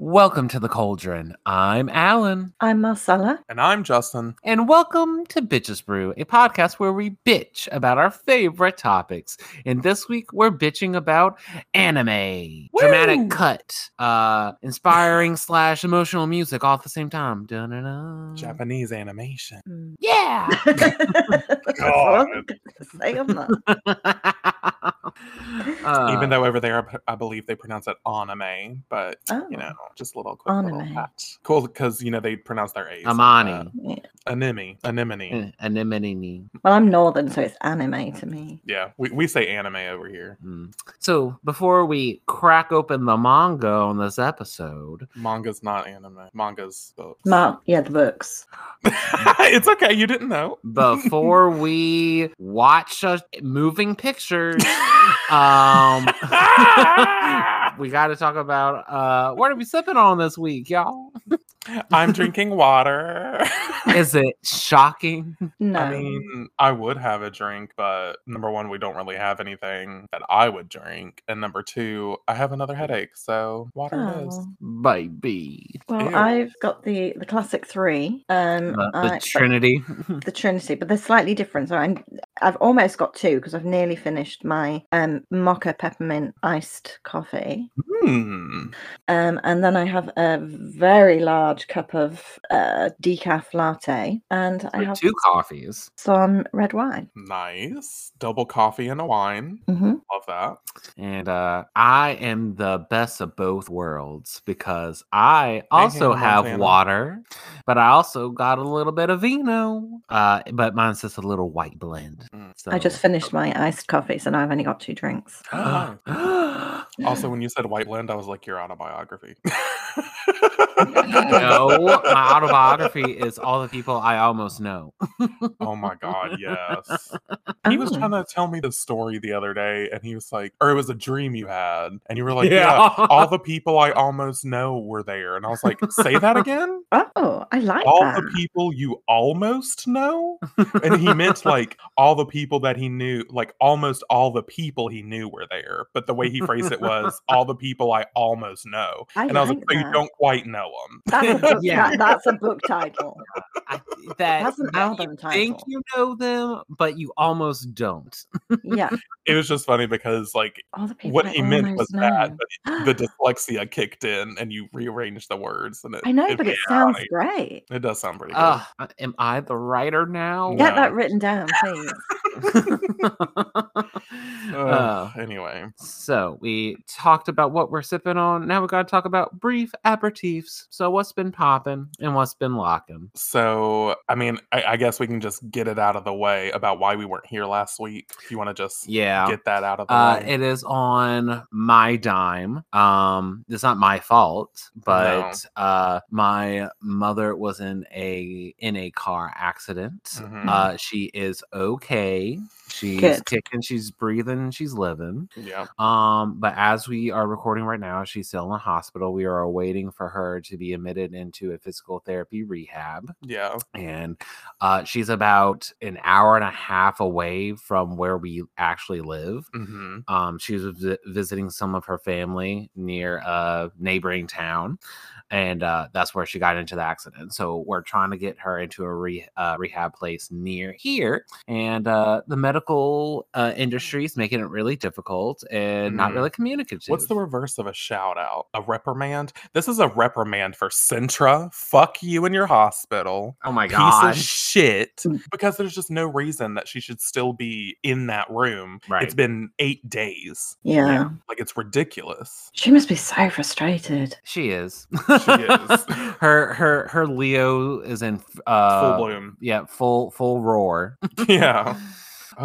Welcome to the Cauldron. I'm Alan, I'm Marcella. And I'm Justin. and welcome to Bitches Brew, a podcast where we bitch about our favorite topics. And this week, we're bitching about anime, dramatic Woo! cut, uh, inspiring slash emotional music, all at the same time. Dun-dun-dun. Japanese animation. Mm. Yeah. God. Say I'm not. Uh, Even though over there, I p- I believe they pronounce it anime, but Oh, you know, just a little quick Anime. little fact. Cool, because you know they pronounce their A's. like Amani, Yeah. that. anemone, anemone. Eh, anemone. Well, I'm northern, so it's anime to me. Yeah, we, we say anime over here. Mm. So before we crack open the manga on this episode, Manga's not anime. Manga's books. Mark, yeah, the books. it's okay. You didn't know. before we watch us moving pictures, um, we got to talk about uh, what are we sipping on this week, y'all? I'm drinking water. Is it shocking? No. I mean, I would have a drink, but number one, we don't really have anything that I would drink. And number two, I have another headache. So water it is. Mm. Oh. Baby, Well, Ew. I've got the the classic three. Uh, Um, the I- but Trinity. the Trinity, but they're slightly different. So I'm I've almost got two because I've nearly finished my um mocha peppermint iced coffee. Hmm. Um, and then I have a very large cup of uh, decaf latte, and I Wait, have two coffees. some red wine. Nice. Double coffee and a wine. hmm Love that. And uh, I am the best of both worlds because I also Hannah have Montana. water, but I also got a little bit of vino. Uh, but mine's just a little white blend. Mm. I just so- finished my iced coffee, so now I've only got two drinks. Ah. Oh. no, Also, when you said white blend, I was like, your autobiography. my autobiography is all the people I almost know. Oh my God. Yes. He was Oh. trying to tell me the story the other day, and he was like, or it was a dream you had. And you were like, yeah. all the people I almost know were there. And I was like, say that again? Oh, I like All that. the people you almost know? And he meant like all the people that he knew, like almost all the people he knew were there. But the way he phrased it was all the people I almost know. I And I was like like, so you that. don't quite know That's a book, Yeah. that- that's a book title. I- that, That's an that you album think title. you know them, but you almost don't. Yeah. It was just funny because like All the people what I he meant almost was that, know. but the dyslexia kicked in and you rearranged the words. And it, I know, but it Ah, sounds ironic. great. it does sound pretty good. Ugh, I- am I the writer now? Yeah. Get that written down, please. Uh, Uh. Ugh, oh. anyway. so we talked about what we're sipping on. Now we got to talk about brief aperitifs. So what's been popping and what's been locking? So, I mean, I, I guess we can just get it out of the way about why we weren't here last week. If you want to just Yeah. get that out of the Uh, way. it is on my dime. Um, it's not my fault, but uh, my mother was in a in a car accident. Mhm. Uh, she is okay. She's Good. kicking. She's breathing. She's living. yeah. Um, but as we are recording right now, she's still in the hospital. We are waiting for her to be admitted into a physical therapy rehab, Yeah. and uh, she's about an hour and a half away from where we actually live. hmm Um, she was vi- visiting some of her family near a neighboring town, and uh, that's where she got into the accident. So we're trying to get her into a re- uh, rehab place near here, and uh, the medical uh, industry is making it really difficult and not Mhm. really communicative. What's the reverse of a shout out? A reprimand? This is a reprimand for Sintra. Fuck you in your hospital. oh my Mm. Piece of gosh! shit. Because there's just no reason that she should still be in that room. Right. It's been eight days. Yeah. Like, it's ridiculous. She must be so frustrated. She is. is. her her her Leo is in f- uh, Full bloom. Yeah, full full roar. Yeah. Oh,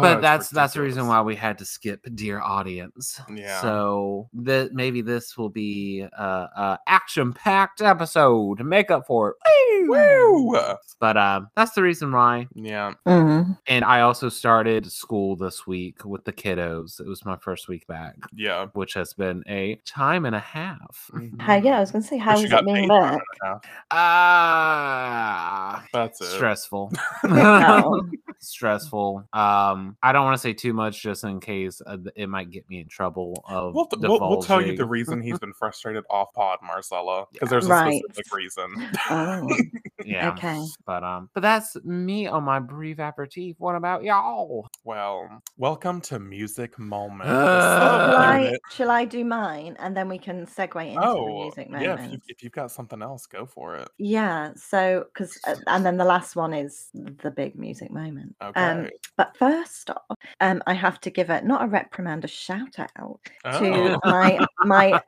but it's that's that's the reason ridiculous. why we had to skip dear audience Yeah. so that maybe this will be a, a action-packed episode to make up for it Woo! Woo! but um that's the reason why Yeah. Mm. and i also started school this week with the kiddos it was my first week back Yeah. Mm-hmm. which has been a time and a half How, yeah, I was going to say, how she is got it being paid for back? ah That's it. stressful Oh. stressful um um, I don't want to say too much just in case uh, th- it might get me in trouble. Of We'll, we'll, we'll tell you the divulging. reason he's been frustrated off pod, Marcella, because there's a Right. specific reason. Oh, yeah. okay. But um, but that's me on my brief aperitif. What about y'all? Well, welcome to Music Moment. Oh, Uh, Shall Right. I, shall I do mine and then we can segue into the Oh, music moment? yeah. If, you, if you've got something else, go for it. Yeah, so because and then the last one is the big music moment. Okay. Um, but first off, um, I have to give a not a reprimand, a shout out oh, to my my uh,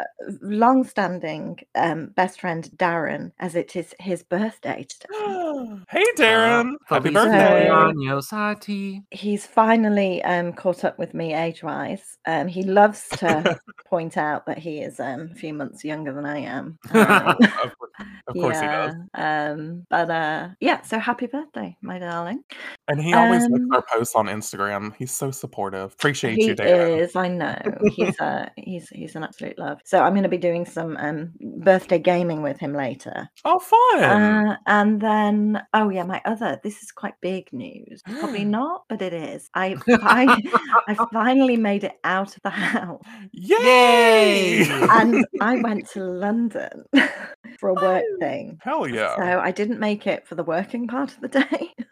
long-standing um, best friend Darren, as it is his birthday today. Oh. hey, Darren. Uh, Happy Feliz birthday. cumpleaños a ti. He's finally um, caught up with me age-wise. Um, he loves to point out that he is um, a few months younger than I am. Um, birthday. of course, of course he does. yeah, Um, but uh, yeah, so happy birthday, my darling. And he always likes Um, our posts on Instagram. He's so supportive. Appreciate he you, Darren. is. I know he's a he's he's an absolute love. So I'm going to be doing some um, birthday gaming with him later, Oh, fun. uh, and then oh yeah, my other this is quite big news. Probably not, but it is. I I, I finally made it out of the house, Yay! Yay! and I went to London for a work Oh. thing. Hell yeah. So I didn't make it for the working part of the day,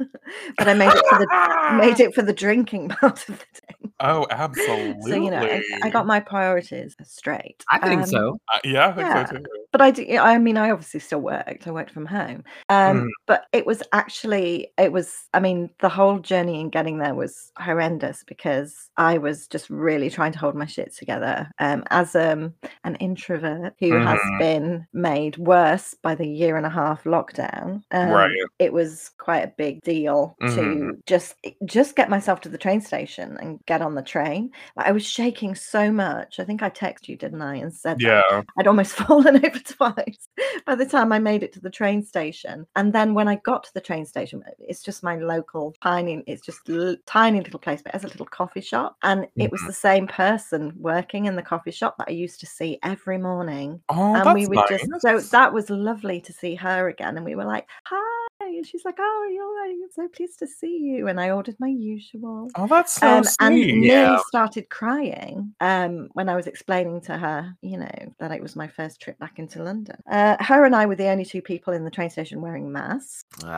but I made it for the Ah! made Ah. it for the drinking part of the day. Oh, absolutely. So you know, I, I got my priorities straight. I think Um, so. Uh, yeah, I think yeah. so too. But I do. I mean, I obviously still worked. I worked from home. Um, Mm. But it was actually, it was. I mean, the whole journey in getting there was horrendous because I was just really trying to hold my shit together. Um, as um, an introvert who has Mhm. been made worse by the year and a half lockdown. Um, right. it was quite a big deal to Mhm. just just get myself to the train station and get on the train. Like, I was shaking so much. I think I texted you, didn't I? And said that Yeah. I'd almost fallen over twice by the time I made it to the train station. And then when I got to the train station, it's just my local tiny, it's just l- tiny little place, but it has a little coffee shop. And it Mm-hmm. was the same person working in the coffee shop that I used to see every morning Oh, and that's we would nice. just so that was lovely to see her again and we were like hi and she's like oh you're right. I'm so pleased to see you and i ordered my usual Oh, that's so um, and sweet. nearly Yeah. started crying um, when I was explaining to her, you know, that it was my first trip back into London. Uh, her and I were the only two people in the train station wearing masks, Love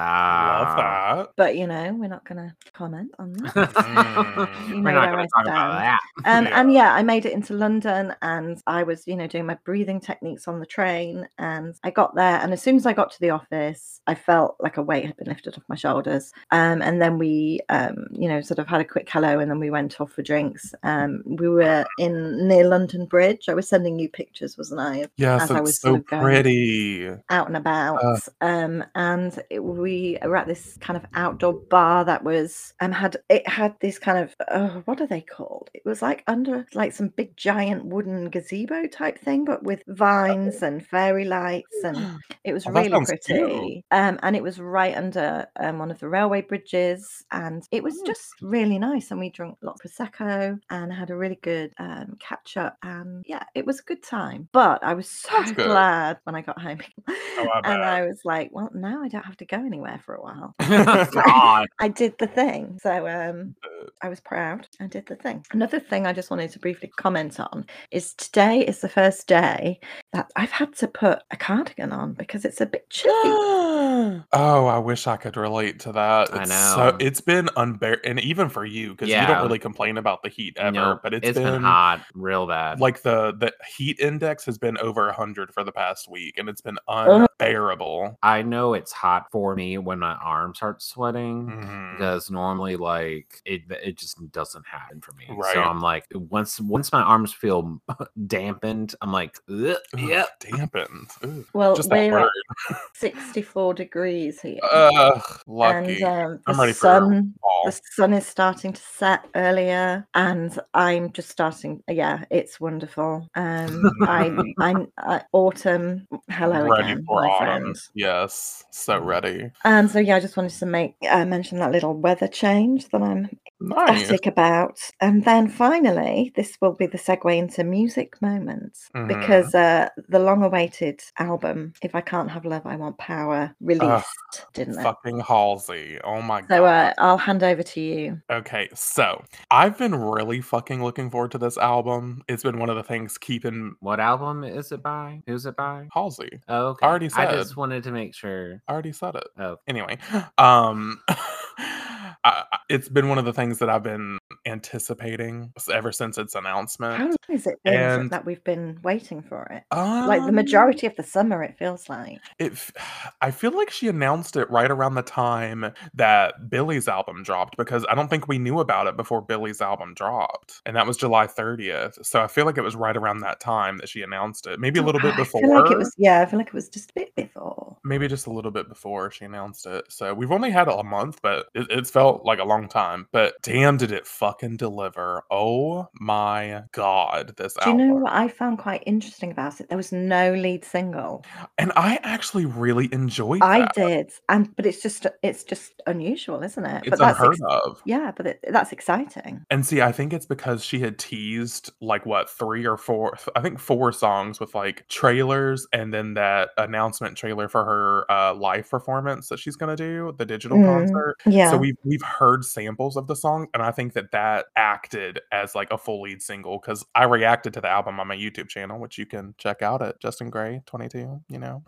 Ah. that. but you know, we're not going to comment on that. Mm. You We're know not where going I to talk about that. stand. Um, Yeah. And yeah, I made it into London and I was, you know, doing my breathing techniques on the train. And I got there. And as soon as I got to the office, I felt like a weight had been lifted off my shoulders. Um, and then we, um, you know, sort of had a quick hello and then we went off for drinks. Um, we were in near London Bridge. I was sending you pictures, wasn't I, of Yes, as I was it's sort so of going- pretty. out and about. Uh. um, and it, we were at this kind of outdoor bar that was um had it had this kind of oh, what are they called? It was like under like some big giant wooden gazebo type thing, but with vines and fairy lights, and it was Oh, that really sounds cute. pretty. Um, and it was right under um, one of the railway bridges, and it Oh. was just really nice. And we drank lots of prosecco and had a really good um, catch up, and yeah, it was a good time. But I was so That's good. Oh, glad when I got home. I bet. and I was like, well, now I don't have to go anywhere for a while. God. I did the thing. So um, Uh, I was proud. I did the thing. Another thing I just wanted to briefly comment on is today is the first day that I've had to put a cardigan on because it's a bit chilly. oh, I wish I could relate to that. I It's know. So, it's been unbearable, and even for you, because you Yeah. don't really complain about the heat ever. Nope, but it's been, hot, real bad. like the the heat index has been over 100 for the past week and it's been unbearable I know it's hot for me when my arm starts sweating. Mhm. because normally like it it just doesn't happen for me. Right. So I'm like once once my arms feel dampened, I'm like "Ugh, Ugh, yep. dampened Ugh, Well, just that we're word at 64 degrees here. Ugh, Uh, lucky Oh, and um, the i'm ready for sun fall. the sun is starting to set earlier and i'm just starting yeah it's wonderful um i i'm uh, autumn hello ready again for my Mm. autumn friend. yes so ready um so yeah i just wanted to make uh, mention that little weather change that i'm Nice. attic about. And then finally, this will be the segue into music moments Mhm. because uh, the long awaited album, If I Can't Have Love, I Want Power, released, didn't it? Fucking Halsey. Oh my god. So uh, I'll hand over to you. Okay, so I've been really fucking looking forward to this album. It's been one of the things keeping What album is it by? Who's it by? Halsey. Oh, okay. already I said. just wanted to make sure. I already said it. Oh. Anyway, um, I, I- it's been one of the things that I've been anticipating s- ever since its announcement. How long has it been s- Uh, and- that we've been waiting for it? Um, Like the majority of the summer, it feels like. It, f- I feel like she announced it right around the time that Billy's album dropped because I don't think we knew about it before Billy's album dropped, and that was July 30th. So I feel like it was right around that time that she announced it, maybe a little bit before. I feel like it was, yeah, I feel like it was just a bit before. maybe just a little bit before she announced it. So we've only had a month, but it, it's felt like a long time. But damn, did it fucking deliver! Oh my god, this Do you album. know what I found quite interesting about it? There was no lead single. And I actually really enjoyed. I that. did, and but it's just it's just unusual, isn't it? It's but that's unheard ex- of. yeah, but it, that's exciting. And see, I think it's because she had teased like what three or four, I think four songs with like trailers, and then that announcement trailer for her uh, live performance that she's gonna do the digital Mm. concert. Yeah, So we've we've heard samples of the song, and I think that that acted as like a full lead single because I reacted to the album on my YouTube channel, which you can check out at Justin Gray twenty two. You know,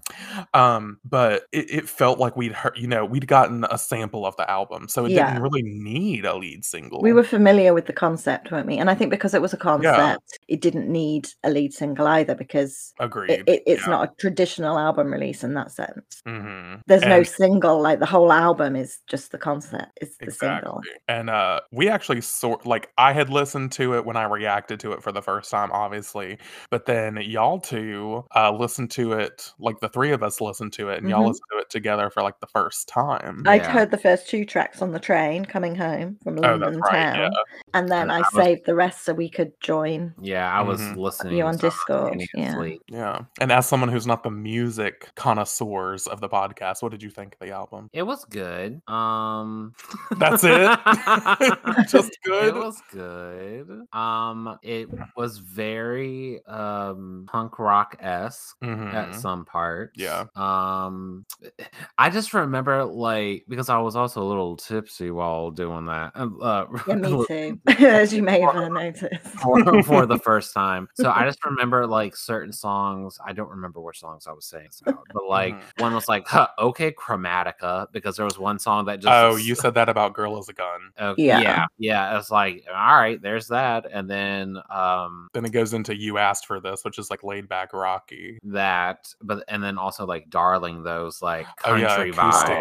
um, but it, it felt like we'd heard, you know, we'd gotten a sample of the album, so it Yeah. didn't really need a lead single. we were familiar with the concept, weren't we? And I think because it was a concept, it didn't need a lead single either because agreed. it, it, it's not a traditional album release in that sense. Mm-hmm. There's no And- single, like the whole album is just the concept, it's the single. And uh we actually sort like I had listened to it when I reacted to it for the first time, obviously. But then y'all two uh listened to it, like the three of us listened to it and y'all Mhm. listened to it together for like the first time. I'd Yeah. heard the first two tracks on the train coming home from that's London right, yeah. town, and then And I, I was- saved the rest so we could join. Yeah, I was Mhm. listening. on Discord, yeah. simultaneously. yeah. And as someone who's not the music connoisseurs of the podcast, what did you think of the album? It was good. Um That's it? Just good. It Mm. was good. Um it was very um punk rock esque at Mhm. some parts. Yeah. Um I just remember like because I was also a little tipsy while doing that. um, Uh, Yeah, me too, as you may have uh, noticed. for, for the first time. So I just remember like certain songs. I don't remember which songs I was saying, so, but like Mm-hmm. one was like, huh, okay, Chromatica, because there was one song that just. Oh, you said that about Girl is a Gun. Oh, Yeah. yeah. yeah. Yeah. It's like, all right, there's that. And then um Then it goes into You Asked for This, which is like laid back Rocky. that, but and then also like Darling, those like Oh, yeah, country acoustic.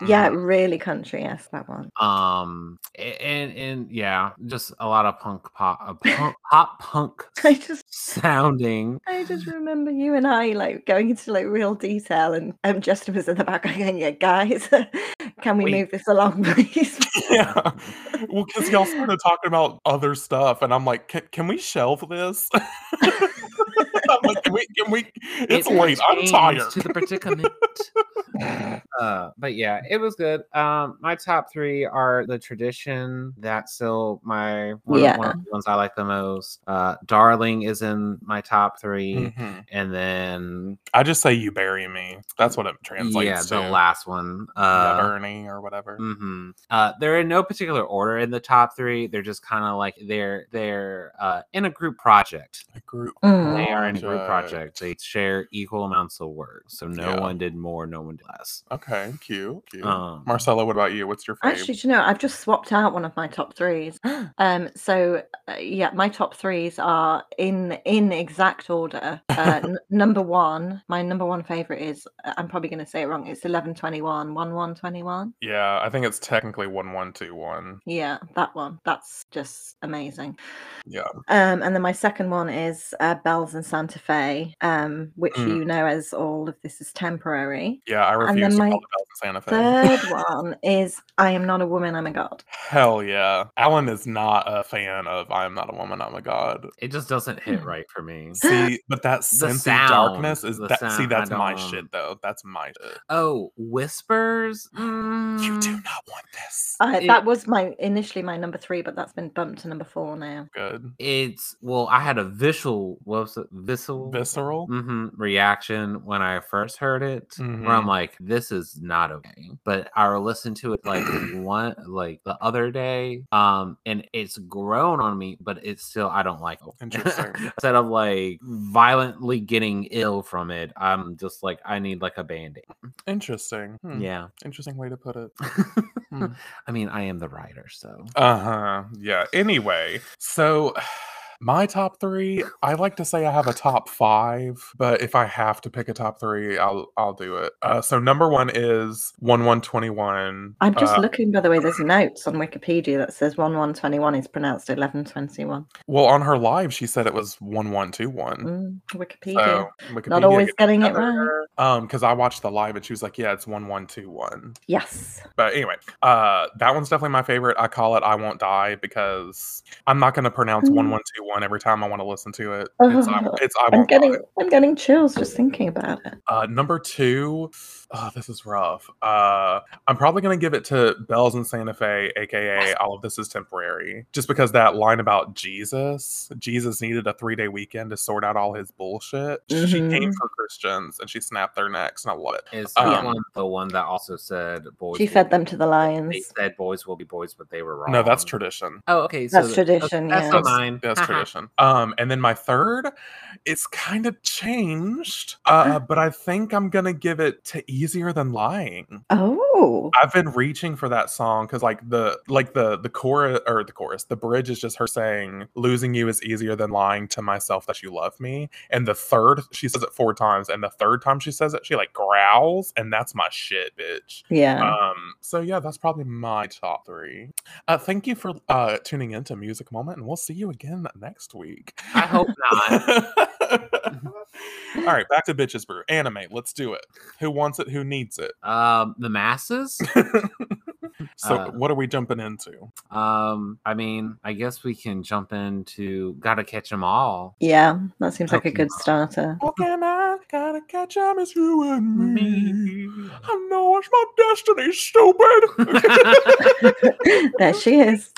vibes. Yeah, really country esque that one. Um, a- and and yeah, just a lot of punk pop, uh, punk, pop punk I just sounding. I just remember you and I like going into like real detail and um Justin was in the back going, Yeah, guys, can we Wait. move this along, please? yeah. Well, because y'all started talking about other stuff, and I'm like, can, can we shelve this? I'm like, can we? Can we? It's It late. I'm pertains tired. To the predicament. uh, but yeah, it was good. Um, my top three are the tradition. That's still my one, Yeah. of, one of the ones I like the most. Uh, Darling is in my top 3 Mhm. and then I just say you bury me. That's what it translates yeah, to. the last one. yeah, Uh, Bernie or whatever. mhm. Uh, they're in no particular order in the top three. They're just kind of like they're they're uh, in a group project. The group. Mm. They are in a group Project. project. They share equal amounts of work, so no Yeah. one did more, no one did less. Okay, cute. cute. Um, Marcella, what about you? What's your favorite? Actually, do you know, I've just swapped out one of my top threes. Um, so uh, yeah, my top threes are in in exact order. Uh, n- number one, my number one favorite is uh, I'm probably going to say it wrong. It's eleven twenty one, one one twenty one. yeah, I think it's technically one one two one. Yeah, that one. That's just amazing. Yeah. Um, and then my second one is uh, Bells in Santa Fe, um, which Mm. you know as all of this is temporary. Yeah, I then refuse to my call it Belton Santa Fe. Third one is I am not a woman, I'm a god. Hell yeah. Alan is not a fan of I Am Not a Woman, I'm a God. it just doesn't hit Hmm. right for me. See, but that sense sound, darkness is the that see, sound, I that's my don't- shit though. That's my shit. Oh, whispers. You do Mm, not want this. I Uh, that was my initially my number three, but that's been bumped to number four now. Good. it's well, I had a visual what was it? Visual Visceral. hmm reaction when I first heard it, where I'm Mhm. like, "This is not okay." But I listened to it like one, like the other day, um, and it's grown on me, but it's still I don't like. it. Interesting. Instead of like violently getting ill from it, I'm just like, I need like a band aid. Interesting. Hmm. Yeah. Interesting way to put it. Hmm. I mean, I am the writer, so Uh huh. Yeah. Anyway, so my top three, I like to say I have a top five, but if I have to pick a top three, I'll I'll do it. Uh, so number one is one one twenty one. I'm just uh, looking, by the way, there's notes on Wikipedia that says 1121 is pronounced 1121. well on her live. She said it was one one two one. Mm, Wikipedia. Hmm. So Wikipedia Not always gets getting it right. together. Um, because I watched the live and she was like, "Yeah, it's one one two one." Yes. But anyway, uh, that one's definitely my favorite. I call it "I Won't Die" because I'm not going to pronounce Mm. one one two one every time I want to listen to it. It's, I, Ugh. it's I I'm won't die. getting I'm getting chills just thinking about it. Uh, number two, oh, this is rough. Uh, I'm probably going to give it to Bells in Santa Fe, aka All of This is Temporary, just because that line about Jesus, Jesus needed a three day weekend to sort out all his bullshit. She came Mhm. for Christians and she snapped their necks, and I love it. is Um, that one the one that also said boys? She will- fed them to the They lions. said boys will be boys, but they were wrong. No, that's tradition. Oh, okay. That's so tradition, That's, yeah. that's That's, mine. that's Haha. tradition. Um, and then my third, it's kind of changed, uh, but I think I'm gonna give it to Easier Than Lying. Oh. I've been reaching for that song because like the like the the chorus or the chorus, the bridge is just her saying, "Losing you is easier than lying to myself that you love me." And the third, she says it four times, and the third time she says it, she like growls, and that's my shit, bitch. Yeah. Um, so yeah, that's probably my top three. Uh, thank you for uh tuning into Music Moment, and we'll see you again next week. I hope not. All right, back to bitches brew anime. Let's do it. Who wants it? Who needs it? um, the masses. So, Uh, what are we jumping into? Um, I mean, I guess we can jump into "Gotta Catch 'Em All." Yeah. That seems like a good starter. How can I gotta catch up? It's you and me. Me. I know it's my destiny, stupid. there she is.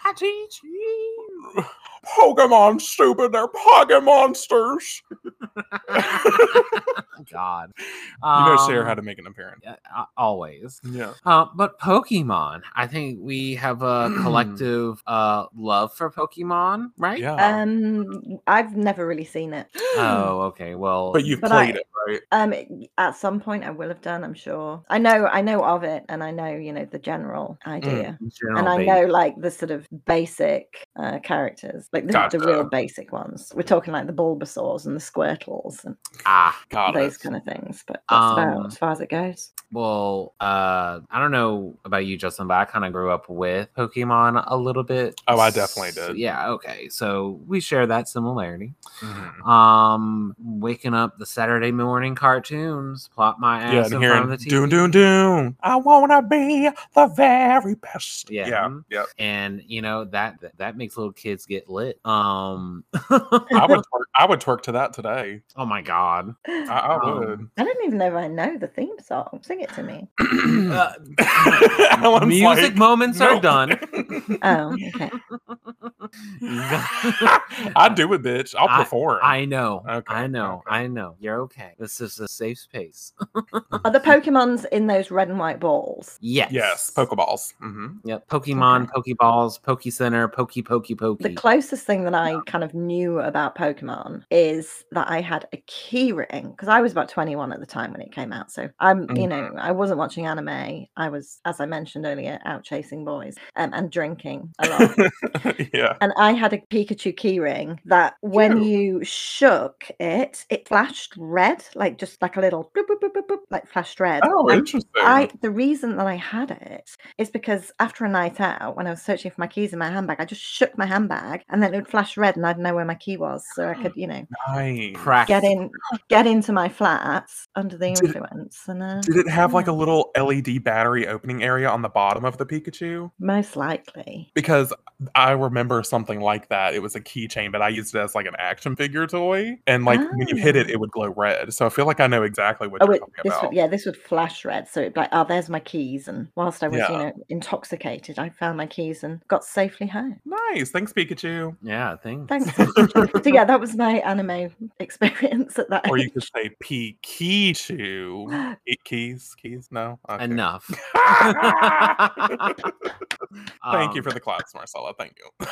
I teach you. Pokemon, stupid. They're Pokemon monsters. God, you know, Sarah Um, had to make an appearance. yeah, a- always. Yeah. Uh, but Pokemon, I think we have a collective uh, love for Pokemon, right? Yeah. Um I've never really seen it. Oh, okay. Well, but you've but played I- it, right? Um it- at some point I will have done, I'm sure. I know I know of it and I know, you know, the general Mm, idea. general And I base- know like the sort of basic uh, characters, like the, the real Gotcha. basic ones. We're talking like the Bulbasaur's and the Squirtles and Ah, Got those it. kind of things. But that's Um, about as far as it goes. well, uh, I don't know about you, Justin, but I kind of grew up with Pokemon a little bit. Oh, I definitely So- did. Yeah. Okay. So we share that similarity. Mhm. Um, waking up the Saturday morning cartoons, plop my ass in Yeah, and front of hearing the TV. doom, doom, doom. I wanna be the very best. Yeah. mm-hmm. yeah, yeah. and you know that that- that makes little kids get lit um I would, twerk, I would twerk to that today. oh my god I, I Um, would. I don't even know if I know the theme song. Sing it to me. Uh, Alan's music like, moments are "Nope." done Oh, okay. I do it, bitch. I'll I- perform. i know Okay, i know okay. i know you're okay this is a safe space Are the Pokemon's in those red and white balls? yes yes, Pokeballs. hmm yep pokemon pokeballs poke center pokey pokey The pokey closest thing that I kind of knew about Pokemon is that I had a key ring because I was about 21 at the time when it came out. So I'm, you know, I wasn't watching anime. I was, as I mentioned earlier, out chasing boys um, and drinking a lot. yeah. and I had a Pikachu keyring that when you shook it, it flashed red, like just like a little bloop, bloop, bloop, bloop, bloop, like flashed red. Oh, And interesting. I the reason that I had it is because after a night out, when I was searching for my keys in my handbag, I just shook my handbag and then it would flash red, and I'd know where my key was, so I could, you know, nice. practice get in, get into my flat under the Did- influence, and uh, Did it have like a little E LED battery opening area on the bottom of the Pikachu? most likely. Because I remember something like that. It was a keychain, but I used it as like an action figure toy. And like when you hit it, it would glow red. So I feel like I know exactly what Oh, you're it, talking this about. would, yeah, this would flash red. So it'd be like, oh, there's my keys. And whilst I was, you Yeah. know, intoxicated, I found my keys and got safely home. Nice. Thanks, Pikachu. Yeah, thanks. Thanks. so yeah, that was my anime experience at that Or you age. could say Pikachu. E- keys, keys. No. Okay. Enough. Thank Um, you for the claps, Marcella. Thank you.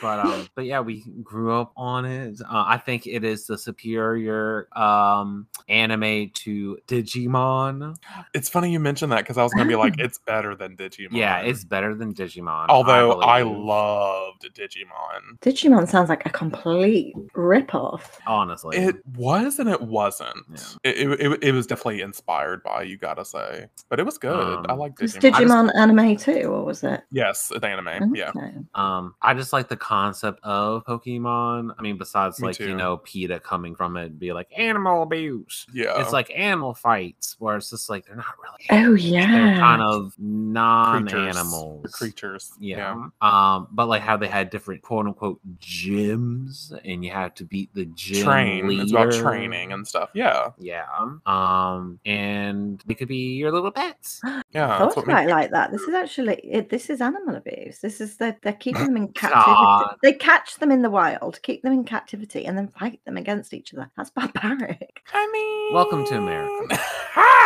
but um but yeah we grew up on it uh, i think it is the superior um anime to digimon it's funny you mentioned that because I was gonna be like, it's better than Digimon. yeah it's better than digimon although I, believe, loved Digimon. Digimon sounds like a complete ripoff. honestly It was and it wasn't. Yeah. It, it, it, it was definitely inspired by you, gotta say, but it was good. I Um, like Was Digimon. I just- Digimon Mm-hmm. anime too, or was it? yes, it's anime. Yeah, Okay. um i just like the concept of pokemon i mean besides Me like too. you know peta coming from it and be like animal abuse yeah. it's like animal fights where it's just like they're not really Oh they're yeah. kind of non Creatures. The animals creatures. Yeah. Um, but like how they had different quote unquote gyms and you had to beat the gym. Train. It's about leader. training and stuff. Yeah, yeah. Um, and they could be your little pets. yeah. I that's thought what made- about it like that. This is actually it, this is animal abuse. This is they're, they're keeping them in captivity. God. They catch them in the wild, keep them in captivity, and then fight them against each other. That's barbaric. I mean, Welcome to America.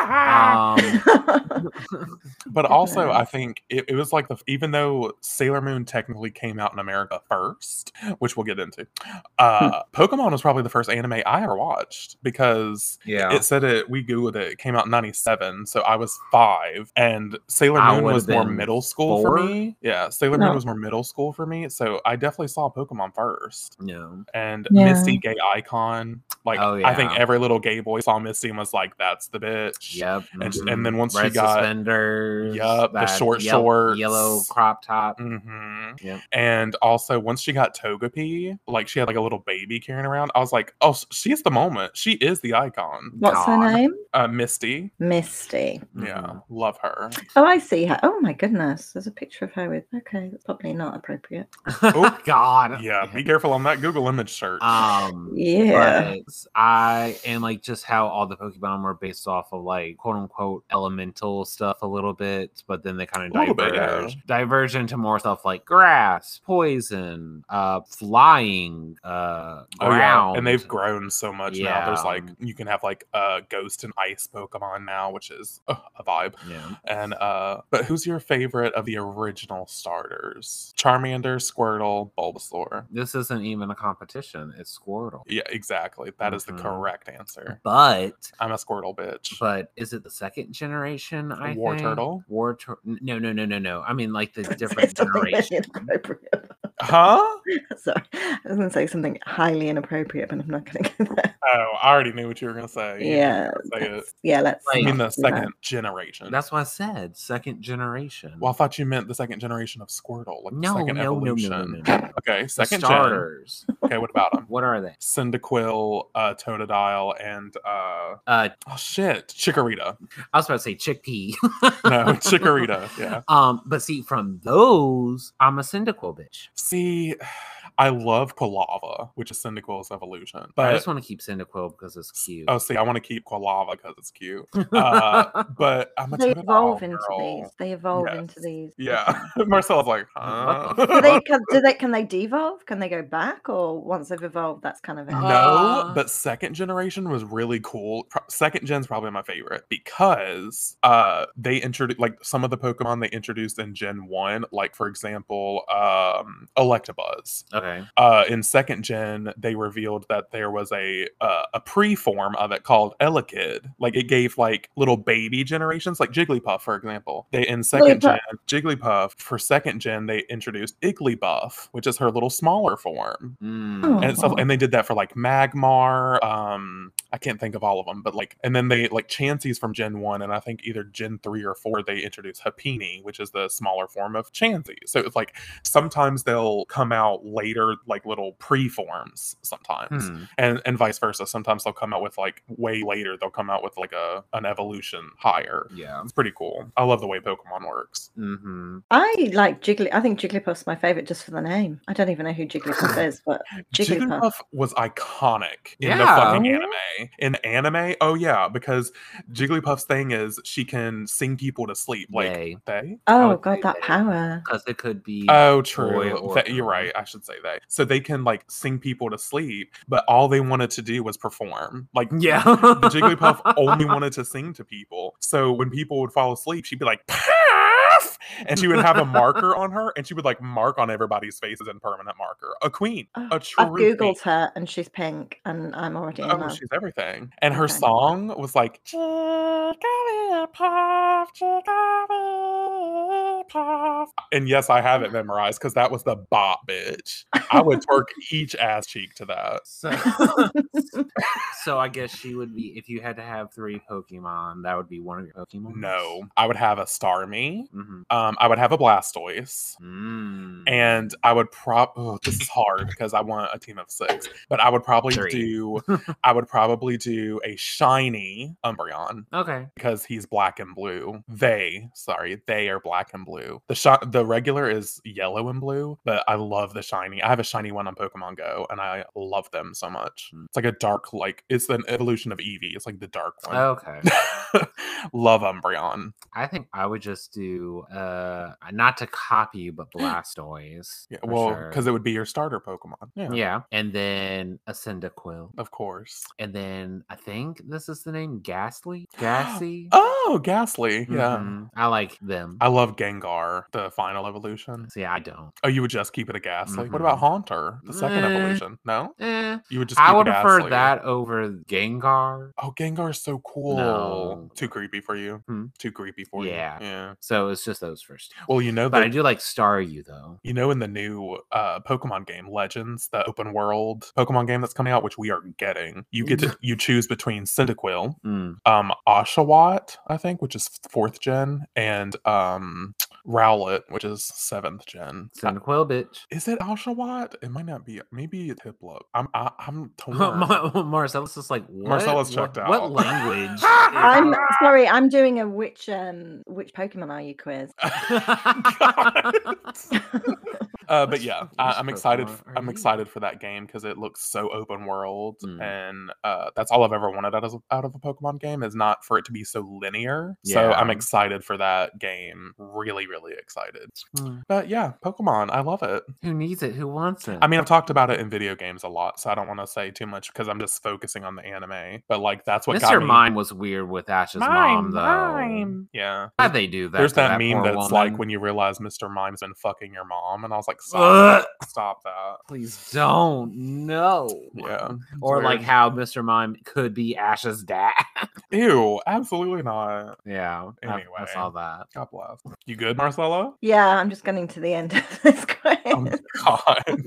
Um, oh But also, Yeah. I think it, it was like the even though Sailor Moon technically came out in America first, which we'll get into, Hmm. uh, Pokemon was probably the first anime I ever watched because yeah. it said it. We googled it. It came out in '97, so I was five, and Sailor I Moon would've was more been middle school for four. me. Yeah, Sailor No. Moon was more middle school for me, so I definitely saw Pokemon first. no. And Yeah. Misty, gay icon. Like Oh, I think yeah. every little gay boy saw Misty and was like, "That's the bitch." Yep. And sh- and mhm. then once she Red got- suspenders, Yup, the that short yel- shorts. yellow crop top. hmm Yep. And also, once she got Togepi, like she had like a little baby carrying around. I was like, oh, s- she's the moment. She is the icon. What's her God. name? Uh, Misty. Misty. Mm, Yeah, Mhm. love her. Oh, I see her. Oh my goodness, there's a picture of her with. Okay, that's probably not appropriate. oh God. Yeah, be careful on that Google image search. Um. Yeah. But I and like just how all the Pokemon were based off of like quote unquote elemental stuff a little bit, but then they kind of A little bit, diverge, yeah. diverge into more stuff like grass, poison, uh, flying, uh, Oh, yeah. ground. And they've grown so much now. There's Yeah. like, you can have like uh, ghost and ice Pokemon now, which is uh, a vibe. yeah. And, uh, but who's your favorite of the original starters? Charmander, Squirtle, Bulbasaur. This isn't even a competition; it's Squirtle. Yeah, exactly. That is Mhm. the correct answer. But I'm a Squirtle bitch. but is it the second generation? I War think? Turtle? War turtle. No, no, no, no, no. I mean like the Say different something really generation. inappropriate. Huh? Sorry, I was going to say something highly inappropriate, but I'm not going to go there. Oh, I already knew what you were gonna say. You Yeah, didn't have to say it. let's- yeah. Let's. Like- uh, I mean the not do that. second generation. That's what I said. Second generation. well, I thought you meant the second generation of Squirtle, like the No, second no, no, no, evolution. no, no, no. Okay, The second starter. starters. Okay, what about them? What are they? Cyndaquil, uh, Totodile, and uh, Uh, oh shit, Chikorita. I was about to say chickpea. No, Chikorita. Yeah. Um, but see, from those, I'm a Cyndaquil bitch. See, I love Quilava, which is Cyndaquil's evolution. I But just want to keep Cyndaquil because it's cute. oh, see, I want to keep Quilava because it's cute. Uh, but I'm a they Totodile evolve into girl. these. They evolve Yes. into these. Yeah, Marcella's like, huh? What the Do they can, do they can they devolve? Can they go back, or once they've evolved, that's kind of it. Uh, No, Uh. but second generation was really cool. Pro- second gen's probably my favorite because uh they introduced like some of the Pokemon they introduced in Gen 1, like for example, um Electabuzz. okay. Uh in second gen, they revealed that there was a uh, a pre-form of it called Elekid. Like it gave like little baby generations, like Jigglypuff, for example. They in second Jigglypuff. gen, Jigglypuff, for second gen, they introduced Igglybuff, which is her little smaller form Mm. Oh. and stuff, wow. and they did that for like Magmar. Um, I can't think of all of them, but like, and then they like Chansey's from Gen One, and I think either Gen Three or Four they introduced Hapini, which is the smaller form of Chansey. So it's like sometimes they'll come out later like little pre-forms sometimes Hmm. and and vice versa sometimes they'll come out with like way later they'll come out with like a an evolution higher Yeah. it's pretty cool i love the way pokemon works Mm-hmm. I like Jiggly. I think Jigglypuff's my favorite just for the name. I don't even know who Jigglypuff is, but Jigglypuff. Jigglypuff was iconic in the Yeah. fucking anime. In the anime, oh yeah, because Jigglypuff's thing is she can sing people to sleep. Like Yay. they? I oh would god, say that that. power! Because it could be. Oh, true. or Th- you're right. I should say they. So they can like sing people to sleep, but all they wanted to do was perform. Like yeah. the Jigglypuff only wanted to sing to people. So when people would fall asleep, she'd be like, Puff! And she would have a marker on her and she would like mark on everybody's faces in permanent marker. A queen. Oh, A true I've queen. googled her and she's pink, and I'm already in Oh, love. she's everything. And her Okay. song was like Jigglypuff, Jigglypuff. And yes, I have it memorized because that was the bop bitch. I would twerk each ass cheek to that. So, so I guess she would be if you had to have three Pokemon, that would be one of your Pokemon. No, I would have a Starmie. Mm-hmm. Um, I would have a Blastoise. Mm. And I would prop. Oh, this is hard because I want a team of six, but I would probably Three. do. I would probably do a shiny Umbreon. okay. because he's black and blue. They, sorry, they are black and blue. The shot, the regular is yellow and blue, but I love the shiny. I have a shiny one on Pokemon Go, and I love them so much. Mm. It's like a dark, like it's an evolution of Eevee. It's like the dark one. Okay. love Umbreon. I think I would just do uh not to copy you, but Blastoise. Yeah, for well, sure. because it would be your starter Pokemon. Yeah. yeah, and then a Cyndaquil, Of course. and then I think this is the name Ghastly. Gassy. Oh, Ghastly. Yeah. Mhm. I like them. I love Gengar, the final evolution. See, I don't. Oh, you would just keep it a Ghastly. What about Haunter, the second Eh. evolution? No, Eh, you would just. Keep Mm-hmm. I would it prefer Ghastly. that over Gengar. Oh, Gengar's so cool. No. Too creepy for you. Hmm. Too creepy for Yeah. you. Yeah. So it's just those first. two. Well, you know But I that do like Staryu though. you know in the new uh Pokemon game Legends, the open world Pokemon game that's coming out, which we are getting, you get Mm-hmm. to you choose between Cyndaquil, Mm. um, Oshawott, I think, which is fourth gen, and um Rowlet, which is seventh gen. Uh, Cyndaquil, bitch. Is it Oshawott? It might not be. Maybe it's Hiplup. I'm I, I'm torn. Mar- Marcella's just like what? Marcella's what, checked What out. language? is- I'm sorry, I'm doing a which um which Pokemon are you quiz. uh, but yeah, I, Which I'm excited. Pokemon f- are I'm you? excited for that game because it looks so open world, Mm. and uh, that's all I've ever wanted out of, out of a Pokemon game is not for it to be so linear. So I'm Yeah. excited for that game. Really, really excited. Hmm. But yeah, Pokemon, I love it. Who needs it? Who wants it? I mean, I've talked about it in video games a lot, so I don't want to say too much because I'm just focusing on the anime. But like, that's what got Mr. me. Mime was weird with Ash's mom though. Yeah. Why they do that? There's to that, meme poor that's like woman? when you realize Mr. Mime's been fucking your mom, and I was like, Ugh. stop, that, stop that. Please don't. No. Yeah, it's Or like weird. how Mr. Mime could be Ash's dad. Ew, absolutely not. yeah. I- I, Anyway. saw that. God bless. You good, Marcella? Yeah, I'm just getting to the end of this quiz. Oh my god.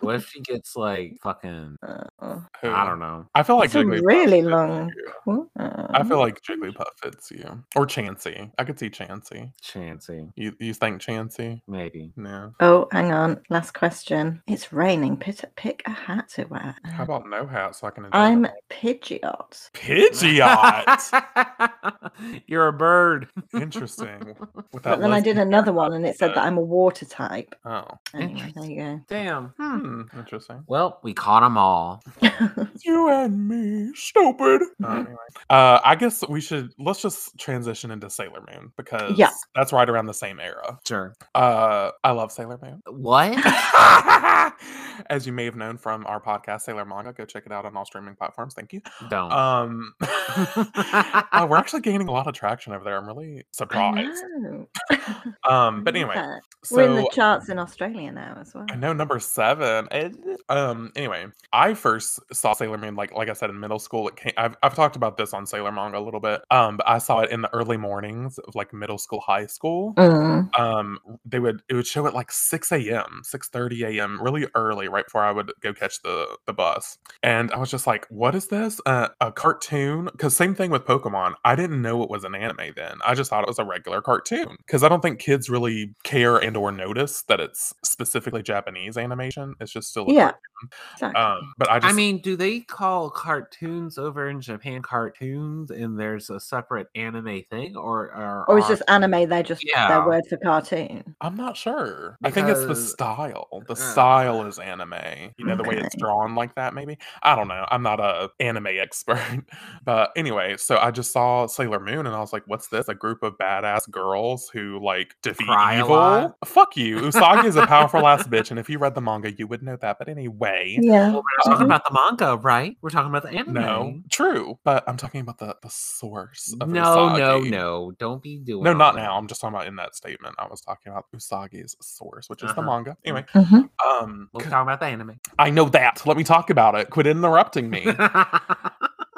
What if she gets like fucking Oh, I don't know. I feel like It's a Jigglypuff really fits long you. cool. I feel like Jigglypuff fits you, or Chansey. I could see Chansey. Chancy. You you think Chansey? Maybe. No. Oh, hang on. Last question. It's raining. Pick, pick a hat to wear. How about no hat so I can? enjoy the I'm rain? Pidgeot. Pidgeot. You're a bird. Interesting. With But then I lesbian did another haircut one and it said that though. I'm a water type. Oh, Anyway, there you Damn. hmm, interesting. Well, we caught them all. go. You and me, stupid. Uh, Mm-hmm. anyway. uh, I guess we should let's just transition into Sailor Moon because that's right around the same era. Sure. Uh, I love Sailor Moon. What? As you may have known from our podcast, Sailor Manga, go check it out on all streaming platforms. Thank you. Don't. Um, uh, we're actually gaining a lot of traction over there. I'm really I surprised. know. Um, but I love anyway, it. so We're in the charts in Australia now as well. I know number seven. Eh, Um. Anyway, I first saw Sailor Moon like like I said in middle school. It came. I've, I've talked about this on Sailor Manga a little bit. Um. But I saw it in the early mornings of like middle school, high school. Mm. Um. They would it would show at like six a.m., six thirty a.m. Really early, right before I would go catch the the bus. And I was just like, "What is this? Uh, a cartoon?" Because same thing with Pokemon. I didn't know it was an anime then. I just thought it was a regular cartoon. because I don't think kids really care and or notice that it's specifically Japanese animation. It's just still a Yeah. cartoon. Exactly. Um, but I just I mean, do they call cartoons over in Japan cartoons and there's a separate anime thing or or, Or it's are- just anime, they're just Yeah. their word for cartoon. I'm not sure. I think it's the Because- style. The Uh, style is anime. You know, the way it's okay. drawn like that, maybe. I don't know. I'm not a anime expert. But anyway, so I just saw Sailor Moon and I was like, what's this? A group of badass girls who like defeat Cry a evil? lot. Fuck you. Usagi is a powerful ass bitch. And if you read the manga, you would know that. But anyway. Yeah. Well, we're not talking Mhm. about the manga, right? We're talking about the anime. No, true, but I'm talking about the the source. Of no, no, Usagi. no. Don't be doing No, all not that. now. I'm just talking about in that statement. I was talking about Usagi's source, which is the Uh-huh. manga. Anyway, Mhm. um, We're c- talking about the anime. I know that. Let me talk about it. Quit interrupting me.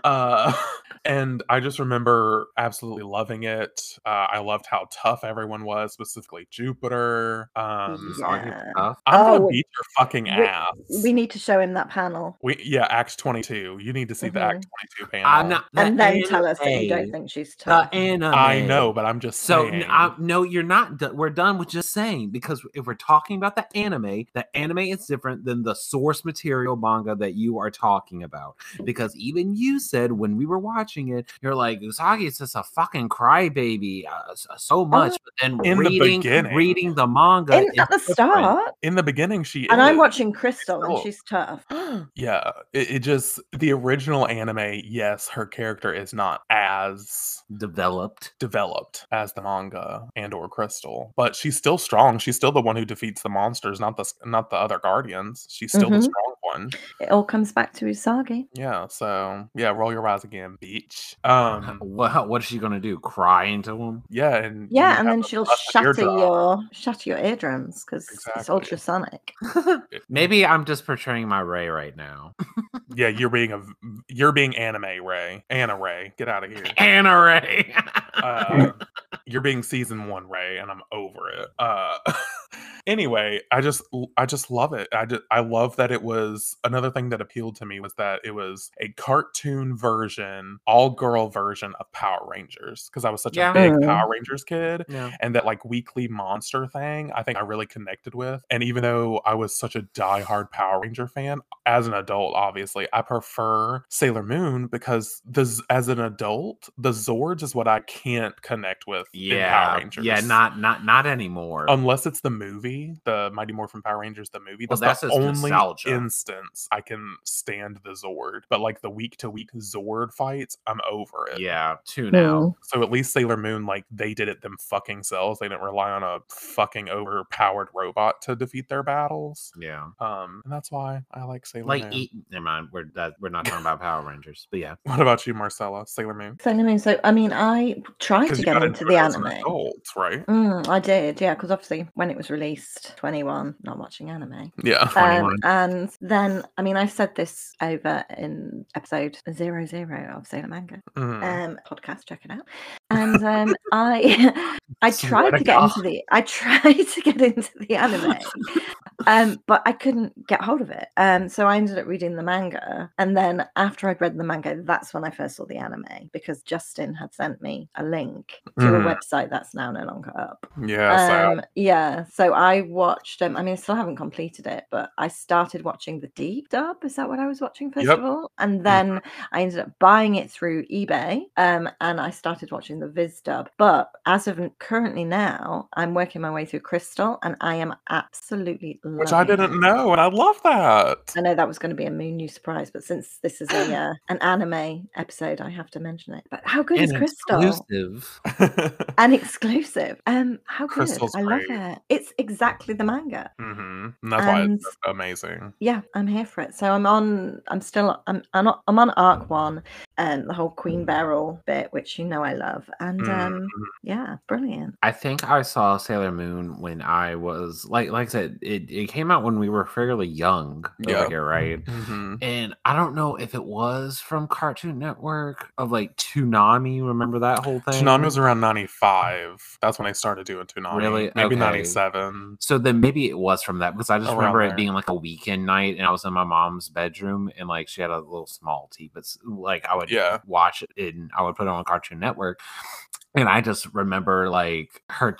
uh, and I just remember absolutely loving it. Uh, I loved how tough everyone was, specifically Jupiter. Um, Sorry, Yeah. tough. I'm Oh, gonna beat your fucking we- ass. We need to show him that panel We- yeah, Act 22. You need to see the Act 22 panel. I'm not. the and then tell us that you anime. don't think she's tough. The anime. I know, but I'm just So saying. n- I- no, you're not. do- We're done with just saying because if we're talking about the anime, the anime is different than the source material manga that you are talking about. Because even you said when we were watching it, you're like Usagi is just a fucking crybaby uh, s- so much, but then In the reading beginning. reading the manga Oh, In, is at the different. start, in the beginning, she and I'm is. watching Crystal, and Crystal. she's tough. yeah it, it just the original anime yes her character is not as developed. developed as the manga and or crystal but she's still strong she's still the one who defeats the monsters not the s- not the other guardians she's still the Mhm. strong one It all comes back to Usagi. yeah so yeah roll your eyes again beach um What what is she gonna do? Cry into him? yeah and you Yeah, and have then a she'll busted shatter eardrum. your shatter your eardrums because it's Exactly. ultrasonic. Maybe I'm just portraying my Ray right now. yeah you're being a v- you're being anime ray anna ray get out of here Anna Ray. uh, you're being season one ray and i'm over it uh anyway i just l- i just love it i just i love that it was another thing that appealed to me was that it was a cartoon version all girl version of power rangers because i was such Yeah. a big Mm. power rangers kid no. and that like weekly monster thing i think i really connected with and even though i was such a diehard power ranger fan as an adult obviously i prefer sailor moon because the Z- as an adult the zords is what i can't connect with in yeah power rangers yeah not not not anymore unless it's the movie the mighty morphin power rangers the movie Well, that's, the that's just only nostalgia. instance i can stand the zord but like the week to week zord fights i'm over it yeah tune out so at least Sailor Moon, like they did it them fucking selves. They didn't rely on a fucking overpowered robot to defeat their battles. yeah Um, and that's why I like Sailor Mm. like e Moon. eat never mind we're that we're not talking about power rangers but yeah what about you, Marcella? Sailor Moon? So I mean, so I mean, I tried to you get got into it the as an anime. adult, right? Mm, I did, yeah, because obviously when it was released, 21, not watching anime. Yeah. Um, 21. and then, I mean, I've said this over in episode zero zero of Sailor Manga. Mhm. um podcast check it out and um i i Swear tried to to get God. into the i tried to get into the anime um but i couldn't get hold of it um so i ended up reading the manga and then after i'd read the manga that's when i first saw the anime because justin had sent me a link to Mhm. a website that's now no longer up yeah. sad. um, yeah, so I watched. Um, I mean, I still haven't completed it, but I started watching the deep dub. Is that what I was watching first Yep. Mm-hmm. of all? And then I ended up buying it through eBay. Um, and I started watching the Viz dub. But as of n- currently now, I'm working my way through Crystal, and I am absolutely loving Which I it. didn't know, and I love that. I know that was going to be a moon new surprise, but since this is a uh, an anime episode, I have to mention it. But how good is And Crystal? exclusive and exclusive. Um, how good! Crystal's I love great. it. It's exactly the manga. hmm That's why And- it's so amazing. Yeah, I'm here for it. So I'm on. I'm still. I'm. I'm, not, I'm on arc one, and the whole Queen Beryl bit, which you know I love. And um, Mhm. yeah, brilliant. i think i saw sailor moon when i was like like i said it, it came out when we were fairly young Yeah. over here right Mhm. and i don't know if it was from cartoon network of like tsunami remember that whole thing Tsunami was around 95. That's when I started doing Tsunami. Really? Maybe Okay. 97. So then maybe it was from that because I just Around remember there. it being like a weekend night and I was in my mom's bedroom and like she had a little small TV, but s- like I would Yeah. watch it and I would put it on Cartoon Network. and i just remember like her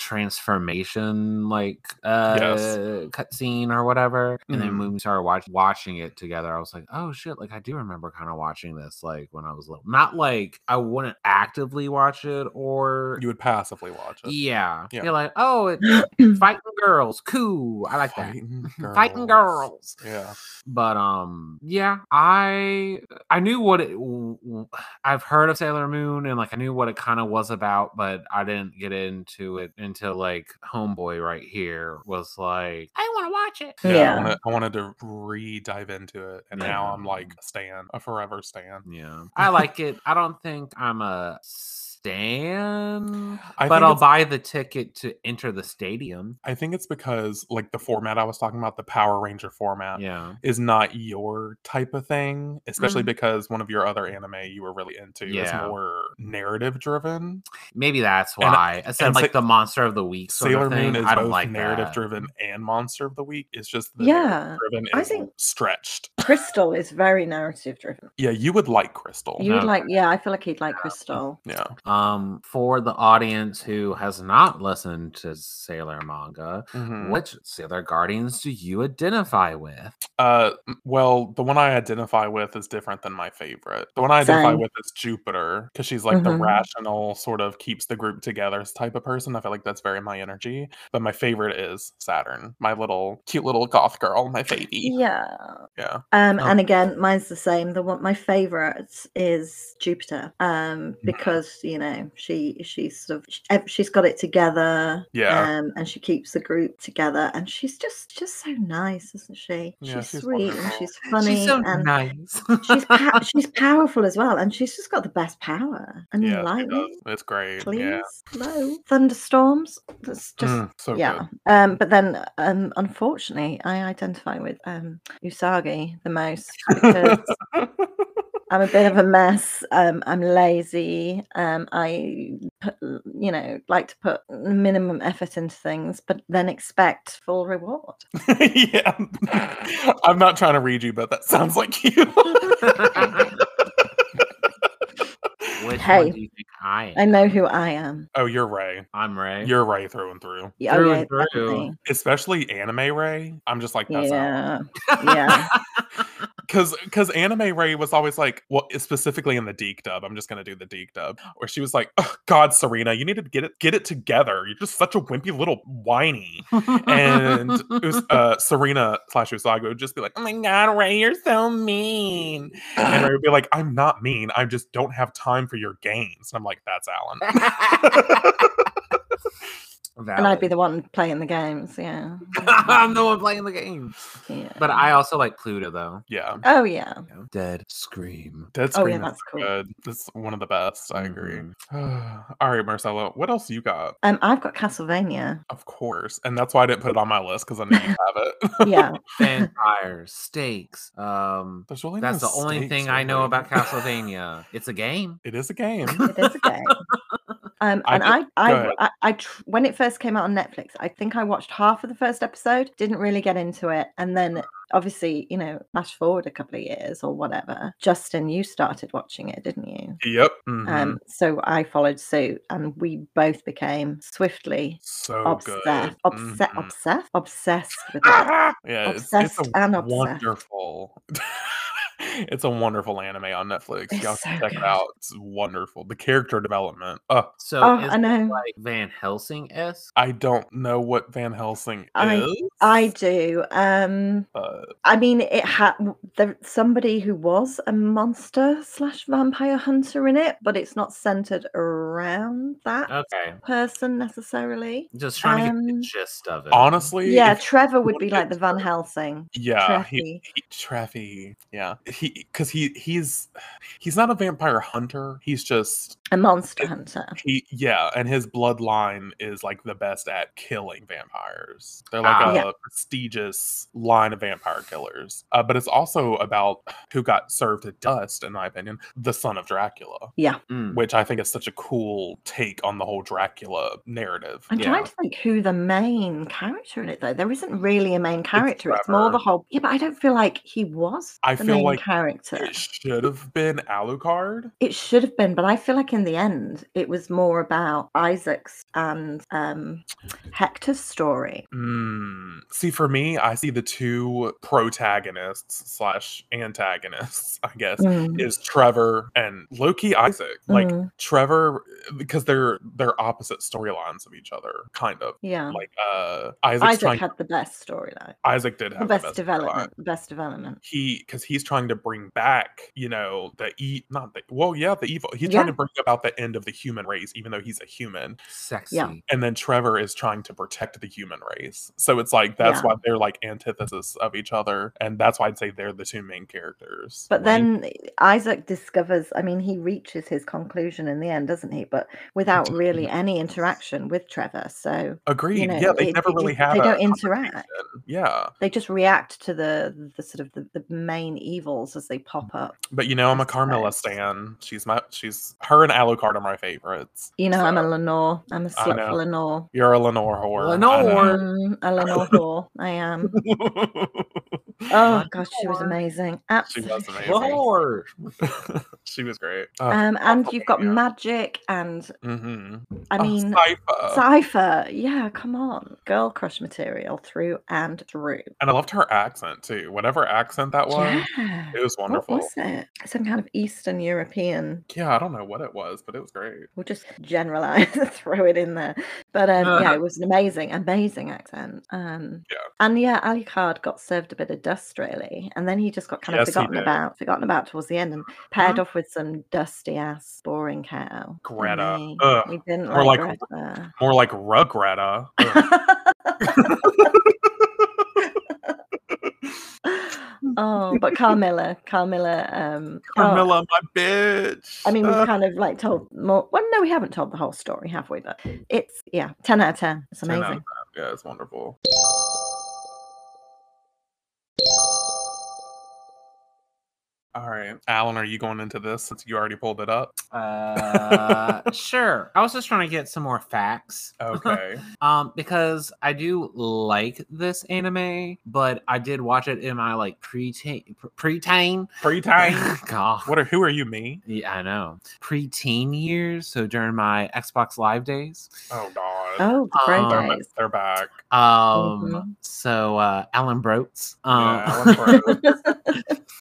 transformation like uh Yes. cutscene or whatever and then Mhm. when we started watch- watching it together i was like oh shit like i do remember kind of watching this like when i was little not like i wouldn't actively watch it or You would passively watch it. yeah. Yeah. you're like oh it, fighting girls cool i like that Fighting fighting girls Yeah. but um yeah i i knew what it w- w- i've heard of sailor moon and like i knew what it kind of was about but i didn't get into it until like homeboy right here was like i want to watch it Yeah. Yeah. I, wanted, I wanted to re dive into it. And now I'm like Stan, a forever Stan. yeah i like it i don't think i'm a stan I but think i'll it's- buy the ticket to enter the stadium I think it's because like the format I was talking about, the Power Ranger format, yeah is not your type of thing, especially Mhm. because one of your other anime you were really into Yeah. is more narrative driven. maybe that's And- why i said and Sa- like the monster of the week sort Sailor of thing. Moon is i don't both like narrative that. driven and monster of the week. It's just the Yeah, driven I is think- stretched. Crystal is very narrative driven. Yeah, you would like Crystal. You would No. like, yeah, I feel like he'd like Crystal. yeah. um for the audience who has not listened to sailor manga Mhm. which sailor guardians do you identify with Uh, m- well, the one I identify with is different than my favorite. The one I identify Same. with is Jupiter because she's like the Mhm. rational, sort of keeps the group together type of person. I feel like that's very my energy. But my favorite is Saturn, my little cute little goth girl, my baby. Yeah. Yeah, Um, Oh. and again, mine's the same. The one my favourite is Jupiter, Mm. um, because you know she she's sort of sh- ev- she's got it together, yeah. um, and she keeps the group together, and she's just just so nice, isn't she? Yeah, she's, she's sweet and wonderful. she's funny um, she's so and nice she's pow- she's powerful as well, and she's just got the best power. I mean, yeah, she does. lightning, It's great. please, Yeah. no thunderstorms. That's just Mm, Oh, so yeah. Um, but then, um, unfortunately, I identify with um, Usagi the most because good. I'm a bit of a mess. Um, I'm lazy. Um, I, put, you know, like to put minimum effort into things, but then expect full reward. yeah. I'm not trying to read you, but that sounds like you. which Hey, one do you think i am I know who I am. oh, you're Ray. i'm ray You're Ray through and through. Yeah, Through oh, yeah, and through. definitely. especially anime Ray. I'm just like that's yeah, yeah. because because anime Ray was always like, well, specifically in the Deke dub. I'm just gonna do the Deke dub, where she was like, oh, God, Serena, you need to get it get it together. You're just such a wimpy little whiny. And Us- uh, Serena slash Usagi would just be like, Oh my God, Ray, you're so mean. And Ray would be like, I'm not mean. I just don't have time for your games. And I'm like, that's Alan. and I'd be the one playing the games. Yeah, i'm the one playing the game yeah. but i also like pluto though Yeah, Oh yeah. dead scream Dead Oh Screen yeah, is that's cool. Mm-hmm. good. That's one of the Mm-hmm. best. I agree. All right, Marcelo, what else you got? Um, I've got Castlevania. Of course. And that's why I didn't put it on my list because I know you have it. Yeah, vampires stakes um There's really no That's the only stakes, thing I know really. about Castlevania. it's a game. It is a game. it is a game. Um, I and ju- I, I, ahead. I, I tr- when it first came out on Netflix, I think I watched half of the first episode, didn't really get into it, and then obviously, you know, flash forward a couple of years or whatever. Justin, you started watching it, didn't you? yep. mhm. Um, so I followed suit, and we both became swiftly so Oh, good. obsessed, obsessed, Mhm. obsessed, obsessed with it. Ah! yeah, it's, it's a Obsessed and obsessed. wonderful. it's a wonderful anime on Netflix. It's Y'all should so check good. it out. It's wonderful. The character development. Uh, So Oh, is I know. it like Van Helsing esque. I don't know what Van Helsing I- is. I do. Um, uh, I mean, it had there somebody who was a monster slash vampire hunter in it, but it's not centered around that Uh. Okay. person necessarily. Just trying to get Um, the gist of it. honestly, Yeah, if- Trevor would want be to like the Van Helsing. yeah, Treffy. he, he, Treffy, yeah, he because he he's he's not a vampire hunter. He's just a monster it- hunter. he yeah, and his bloodline is like the best at killing vampires. They're like Ah. a Yeah. prestigious line of vampire killers. Uh, but it's also about who got served to dust, in my opinion, the son of Dracula, Yeah, Mm. which I think is such a cool take on the whole Dracula narrative. I'm Yeah. trying to think who the main character in it though. There isn't really a main character. It's, more Trevor. the whole. Yeah, but I don't feel like he was. I the feel main like character. It should have been Alucard. It should have been, but I feel like in the end, it was more about Isaac's and um, Hector's story. Mm. See, for me, I see the two protagonists slash antagonists, I guess, Mm, is Trevor and Loki Isaac. Like mm, Trevor, because they're they're opposite storylines of each other, kind of. yeah. Like uh Isaac's Isaac trying had the best storyline, Isaac did the have best, the best storyline. development, the best development. he because he's trying to bring back you know the e not the well yeah the evil he's Yeah. trying to bring about the end of the human race even though he's a human Sexy. and then trevor is trying to protect the human race so it's like that's Yeah. why they're like antithesis of each other and that's why i'd say they're the two main characters But Wayne- then eh, Isaac discovers, I mean, he reaches his conclusion in the end, doesn't he? But without really any interaction with Trevor. So agreed know, yeah they it- never it really just- had they a don't interact. conversation. yeah they just react to the, the sort of the, the main evils as they pop up. but you know i'm a That's right. carmela stan she's my she's her and alucard are my favorites You know, I'm a So, Lenore. I'm a I slut for know. Lenore. you're a lenore whore I know. Lenore. Or- Mm, a Lenore whore. I am. Oh gosh, she was Lenore. amazing. She Absolutely. was amazing. Lord. she was great. Uh, Um, and you've got yeah. magic, and mhm. I Oh, mean, Sypha. Cypher, yeah, come on. Girl crush material through and through. and I loved her accent too. Whatever accent that was, yeah. it was wonderful. What was it? Some kind of Eastern European. Yeah, I don't know what it was, but it was great. We'll just generalize, throw it in there. But um, yeah, it was an amazing, amazing accent. Um, Uh-huh. Yeah. And yeah, Ali Card got served a bit of dust really, and then he just got kind Yes, of he forgotten did. Uh-huh. about, forgotten about towards the end, and paired off with some dusty ass, boring cow. And Greta. We, Ugh. we didn't Or like, like- Greta. More like Rugretta. Ugh. oh, but Carmilla, Carmilla, um, oh, Carmilla, my bitch. I mean, we've Ugh. kind of like told more. Well, no, we haven't told the whole story, have we? But it's yeah, ten out of ten. It's 10 out of amazing. yeah, it's wonderful. All right, Alan, are you going into this since you already pulled it up? Uh, sure. I was just trying to get some more facts. Uh-huh. Okay. um because i do like this anime but i did watch it in my like pre-teen pre-teen Free time. god What are who are you, me? yeah i know pre-teen years so during my xbox live days Oh god. Oh, the Grey Um, Days. They're back. um Mhm. so uh alan brotes Oh. um Mm-hmm. Yeah, Alan Brooks.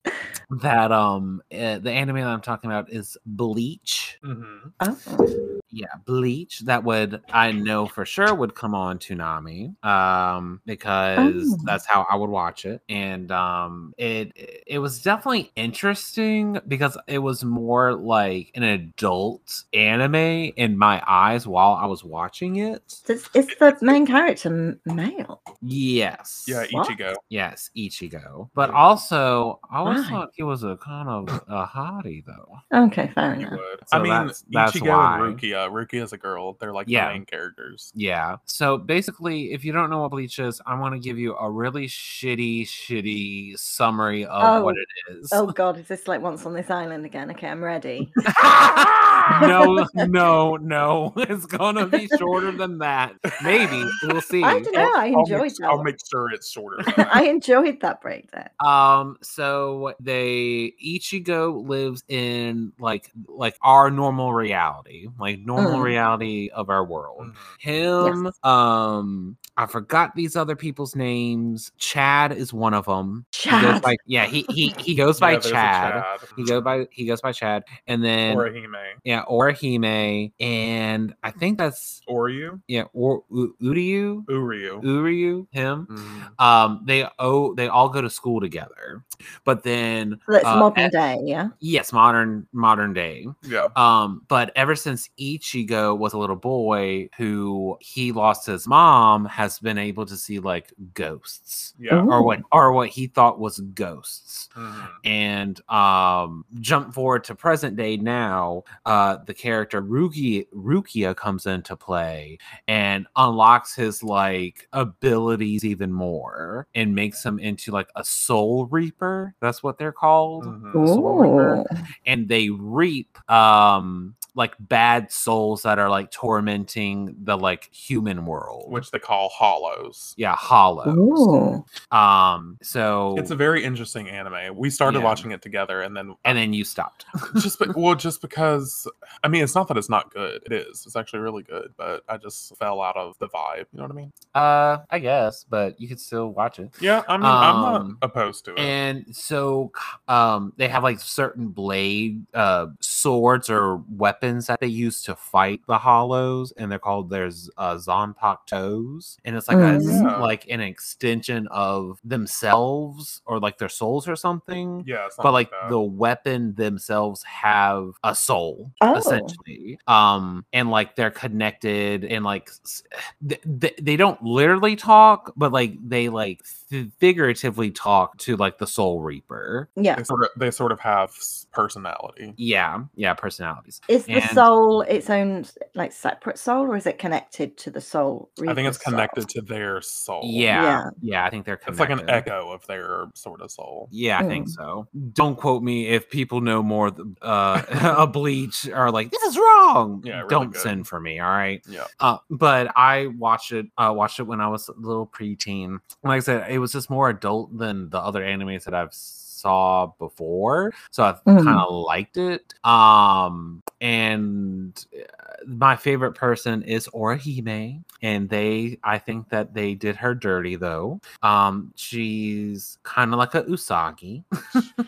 that um uh, the anime that i'm talking about is bleach Mhm. Oh, yeah bleach that would i know for sure would come on Toonami um because Oh. that's how i would watch it and um it it was definitely interesting because it was more like an adult anime in my eyes while i was watching it is, is the main character m- male? yes Yeah, What? Ichigo. yes ichigo but also i always Why? thought he was a kind of a hottie though Okay, fair You enough. would. So I mean, that's- that's Ichigo why. and Rukia. Rukia's a girl. They're like Yeah. the main characters. Yeah. So basically, if you don't know what Bleach is, I'm going to give you a really shitty, shitty summary of what Oh. it is. Oh God, is this like once on this island again? Okay, I'm ready. no, no, no. It's going to be shorter than that. Maybe. We'll see. I don't know. I I'll enjoyed make, that. I'll one. make sure it's shorter. than that. I enjoyed that breakdown. Um, so they Ichigo lives in like like our normal reality, like normal Mm. reality of our world. Mhm. him um i forgot these other people's names chad is one of them he goes Chad. by, yeah he he, he goes Yeah, by there's a chad. Chad. he goes by he goes by chad and then or a Hime. yeah or Hime, and i think that's Oryu? yeah or U- uryu Uryu. uryu him Mhm. um they oh they all go to school together but then That's uh, modern at- day, yeah. yes modern modern day Yeah. um, but ever since Ichigo was a little boy who he lost his mom, has been able to see like ghosts Yeah. or what or what he thought was ghosts. Mhm. And um jump forward to present day now, uh the character Ruki Rukia comes into play and unlocks his like abilities even more and makes him into like a soul reaper. That's what they're called Mhm. Soul Reaper. Ooh. and they reap um like bad souls that are like tormenting the like human world. which they call Hollows. yeah, hollow. Ooh. Um, so It's a very interesting anime. We started Yeah. watching it together, and then and then you stopped. just be- well, just because I mean, it's not that it's not good. It is. It's actually really good, but I just fell out of the vibe. You know what I mean? Uh, I guess, but you could still watch it. Yeah, I mean, I'm not Um, opposed to it. And so, um, they have like certain blade, uh, swords or weapons that they use to fight the hollows, and they're called there's uh, Zonpak toes, and it's like a Mm. Yeah. like an extension of themselves or like their souls or something. yeah, it's but like that. the weapon themselves have a soul Oh. essentially um and like they're connected and like they, they don't literally talk but like they like f- figuratively talk to like the soul reaper Yeah. they sort of they sort of have s- personality. yeah yeah personalities Is the And- soul its own like separate soul, or is it connected to the soul? I think it's reader's soul? connected to their soul. yeah yeah, Yeah. i think they're it's connected. Oh. like an echo of their sort of soul. yeah, I Hmm. think so. Don't quote me if people know more th- uh, a bleach are like this is wrong. Yeah, really Don't good. send for me, all right? Yeah. Uh, but I watched it. Uh, watched it when I was a little preteen. Like I said, it was just more adult than the other animes that I've saw before, so I Mhm. kind of liked it. Um, and uh, my favorite person is Orihime, and they, I think that they did her dirty though. Um, she's kind of like a Usagi.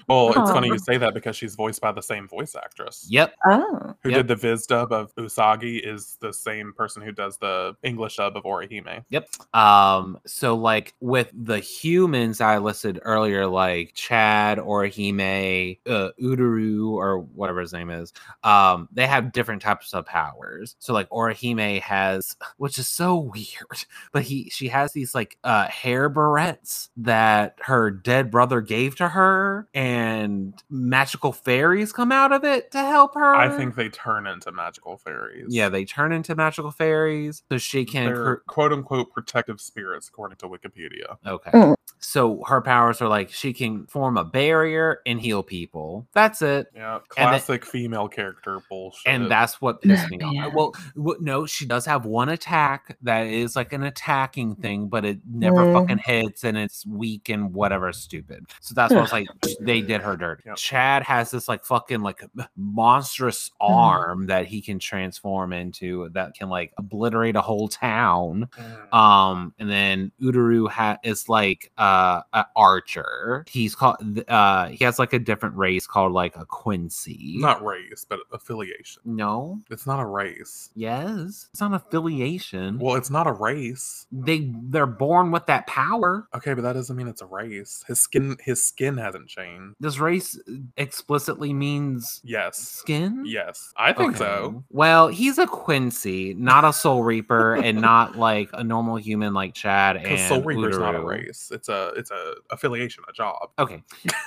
Well, it's funny Aw. you say that because she's voiced by the same voice actress. Yep. Oh, Who Yep. did the Viz dub of Usagi is the same person who does the English dub of Orihime. Yep. Um, so like with the humans I listed earlier, like Chad or Hime, uh, Uduru or whatever his name is, um, they have different types of powers. So like Orihime has, which is so weird, but he she has these like uh hair barrettes that her dead brother gave to her, and magical fairies come out of it to help her. I think they turn into magical fairies. yeah, they turn into magical fairies, so she can They're cr- quote unquote protective spirits, according to Wikipedia. Okay. Mm. So her powers are like she can form a barrier and heal people. That's it. Yeah, And the- classic female character bullshit. And that's what pissed me Yeah. off. Well, w- no, she does have one attack that is like an attacking thing, but it never Mm. fucking hits and it's weak and whatever stupid. So that's why I was like, they did her dirty. Yep. Chad has this like fucking like monstrous Mm. arm that he can transform into that can like obliterate a whole town. Mm. Um, and then Udaru ha- is like uh, an archer. He's called. th- Uh, he has like a different race called like a Quincy. not race, but affiliation. No. It's not a race. Yes. It's not affiliation. Well, it's not a race. they they're born with that power. Okay, but that doesn't mean it's a race. His skin, his skin hasn't changed. This race explicitly means Yes, Mm-hmm. skin. yes, I think so. Okay. Well, he's a Quincy, not a Soul Reaper, and not like a normal human like Chad and Because Soul Reaper's not a Udaru. race. It's a it's a affiliation, a job. Okay.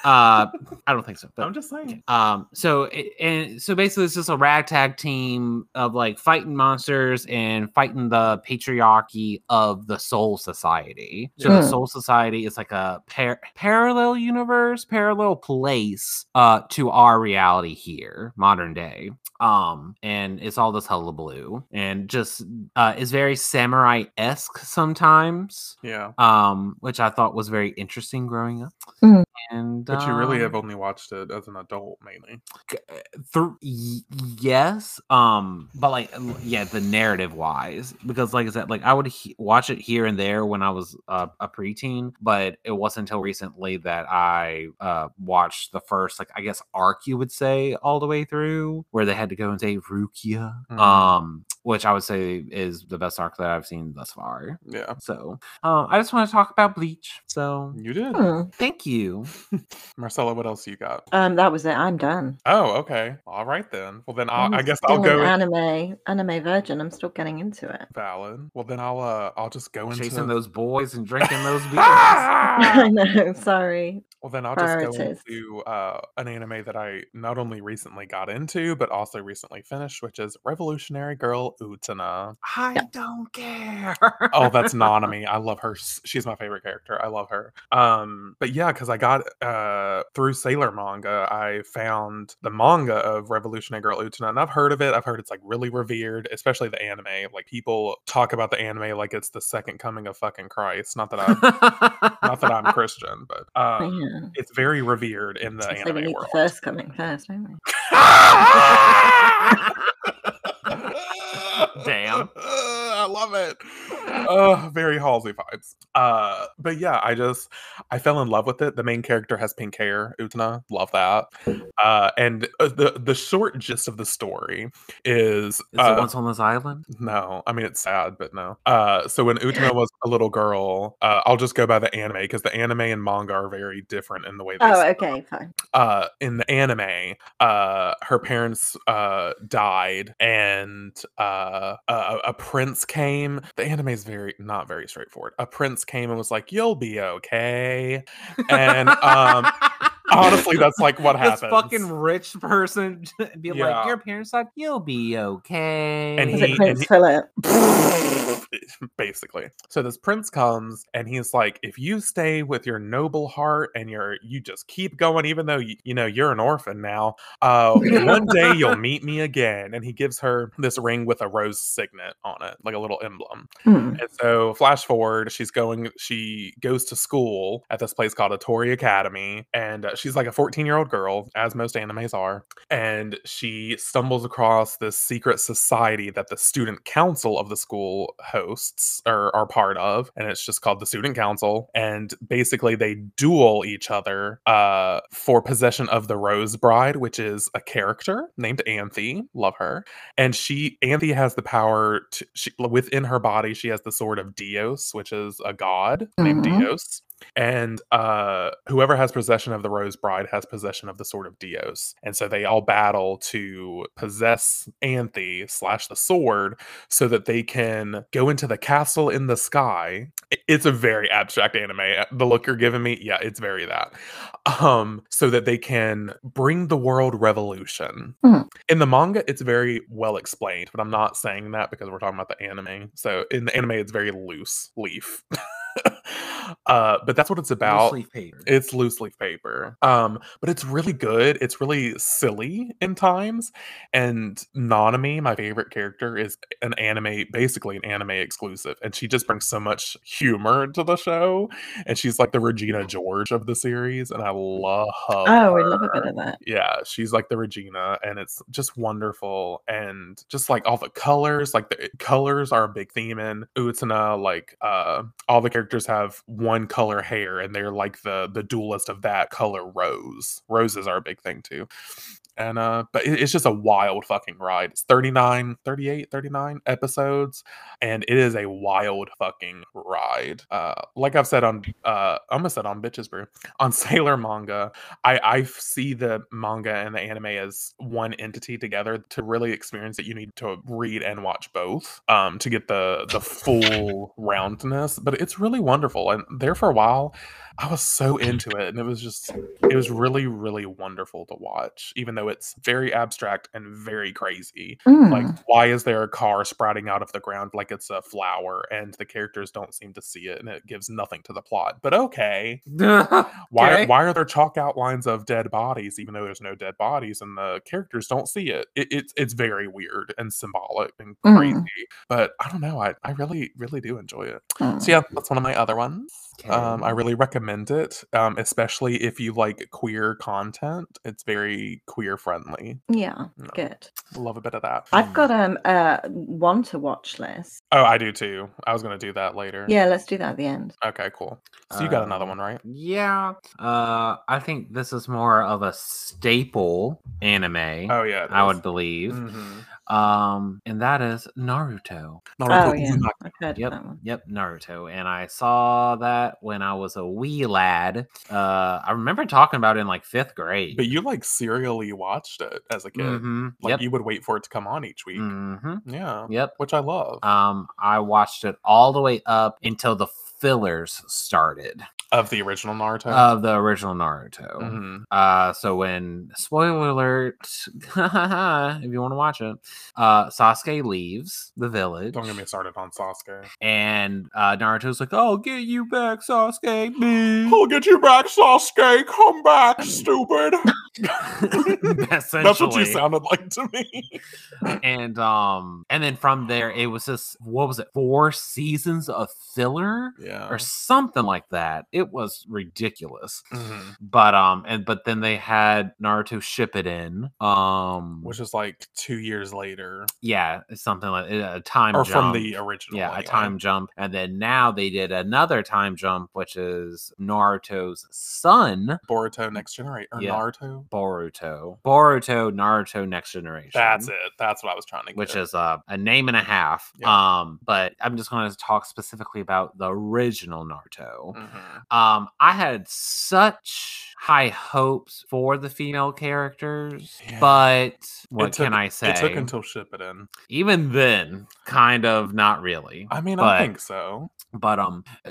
Uh, I don't think so. but- I'm just saying. Um, so it, and so basically, it's just a ragtag team of like fighting monsters and fighting the patriarchy of the Soul Society. So the Yeah. Soul Society is like a par- parallel universe, parallel place uh to our reality here, modern day. Um, and it's all this hullabaloo and just uh is very samurai esque sometimes. Yeah, Um, which I thought was very interesting growing up. Mm. And but you really have um, only watched it as an adult mainly. through yes um but like l- yeah the narrative wise because like i said like i would he- watch it here and there when i was uh, a preteen but it wasn't until recently that i uh watched the first like i guess arc you would say all the way through where they had to go and save rukia Mm. um which i would say is the best arc that i've seen thus far Yeah, so um i just want to talk about bleach so you did, Hmm. thank you Marcella. What else you got? um, that was it. I'm done. Oh, okay. All right then. Well, then I'll, I'm Uh, I guess I'll still go. in- an anime, anime virgin. I'm still getting into it. Valid. Well, then I'll uh I'll just go into chasing those boys and drinking those Ah! beers I well, know. Sorry. then I'll just go Priorities. into uh, an anime that I not only recently got into, but also recently finished, which is Revolutionary Girl called Utana. I Yeah. don't care. Oh, that's Nanami. I love her. s- She's my favorite character. I love her. Um, but yeah, because I got uh through Sailor manga, I found the manga of Revolutionary Girl Utana, and I've heard of it. I've heard it's like really revered, especially the anime. Like people talk about the anime like it's the second coming of fucking Christ. Not that I, not that I'm Christian, but But um, yeah. it's very revered in the Mm. It's like we anime need world. Ah! the first coming first, don't we? Damn. I love it. Uh, very Halsey vibes. Uh, but yeah, I just I fell in love with it. The main character has pink hair, Utana. Love that. Uh, and uh, the the short gist of the story is Is uh, it once on this island? no, I mean it's sad, but no. Uh, so when Utana was a little girl, uh, I'll just go by the anime because the anime and manga are very different in the way. They Oh, set up okay, fine. uh in the anime uh her parents uh died and uh a- a, a prince came the anime is very not very straightforward a prince came and was like you'll be okay and um honestly that's like what this happens fucking rich person be Yeah. like, your parents said you'll be okay. And Is he- it Prince he- Philip? basically so this prince comes and he's like if you stay with your noble heart and you're you just keep going even though you, you know you're an orphan now uh one day you'll meet me again and he gives her this ring with a rose signet on it like a little emblem Hmm. and so flash forward she's going she goes to school at this place called atori academy and uh, she's like a 14 year old girl as most animes are and she stumbles across this secret society that the student council of the school hosts or are part of and it's just called the student council and basically they duel each other uh, for possession of the rose bride which is a character named anthe love her and she anthe has the power to she, within her body she has the sword of dios which is a god named Mhm. dios and uh whoever has possession of the rose bride has possession of the sword of dios and so they all battle to possess anthe slash the sword so that they can go into the castle in the sky I- it's a very abstract anime uh, the look you're giving me yeah it's very that um so that they can bring the world revolution Mm. in the manga it's very well explained but i'm not saying that because we're talking about the anime so in the anime it's very loose leaf uh but that's what it's about Loose leaf paper. it's loose leaf paper. Um, but it's really good. It's really silly in times. And Nanami, my favorite character, is an anime, basically an anime exclusive. And she just brings so much humor to the show. And she's like the Regina George of the series. And I love Oh, we love a her bit of that. yeah she's like the regina and it's just wonderful and just like all the colors like the colors are a big theme in utsuna like uh all the characters have one color hair and they're like the the duelist of that color rose roses are a big thing too and uh but it- it's just a wild fucking ride it's 39 38 39 episodes and it is a wild fucking ride uh like i've said on uh i almost said on bitches brew on sailor manga I, I f- see the manga and the anime as one entity together to really experience it. You need to read and watch both um, to get the the full roundness. But it's really wonderful, and there for a while, I was so into it, and it was just it was really really wonderful to watch, even though it's very abstract and very crazy. Like, Mm. why is there a car sprouting out of the ground like it's a flower, and the characters don't seem to see it, and it gives nothing to the plot? But okay, why Okay. why are there chalk outlines of dead bodies even though there's no dead bodies and the characters don't see it, it it's it's very weird and symbolic and Mm. Mm-hmm. crazy but i don't know i i really really do enjoy it Hmm, so yeah that's one of my other ones um i Mm-hmm. Okay. really recommend it um especially if you like queer content it's very queer friendly Yeah, No. good. love a bit of that Hmm. I've got um uh one to watch list. oh i do too i was gonna do that later Yeah, let's do that at the end. okay cool so you got another Um, one right Yeah. Uh, I think this is more of a staple anime. oh yeah it I is. would believe. Mhm. Um, and that is Naruto. Oh Naruto yeah, Uzumaki. I've heard Yep. of that one. Yep, Naruto. And I saw that when I was a wee lad. Uh, I remember talking about it in like fifth grade. But you like serially watched it as a kid. Mhm, Like yep. you would wait for it to come on each week. hmm Yeah. Yep. Uh, Which I love. Um, I watched it all the way up until the fillers started of the original Naruto. of the original Naruto. Mhm. Uh, so when spoiler alert, if you want to watch it, uh, Sasuke leaves the village, Don't get me started on Sasuke. and uh, Naruto's like, "I'll get you back, Sasuke." bitch." I'll get you back, Sasuke. Come back, stupid. That's what you Essentially. sounded like to me. and um, and then from there, it was just what was it, four seasons of filler Yeah. or something like that. It was ridiculous. Mhm. But um, and but then they had Naruto ship it in. Um, Which is like two years later, yeah, it's something like eh, a time or from jump. the original. yeah, a anyway. time jump, and then now they did another time jump, which is Naruto's son Boruto Next Generation or Yeah. Naruto. Boruto, Boruto Naruto Next Generation. That's it. That's what I was trying to get. Which is uh, a name and a half. Um, but I'm just going to talk specifically about the original Naruto. Mhm. Um, I had such high hopes for the female characters, Yeah. but what took- can I say? It took until Shippuden. Even then, kind of not really. I mean, But- I think so. but um uh,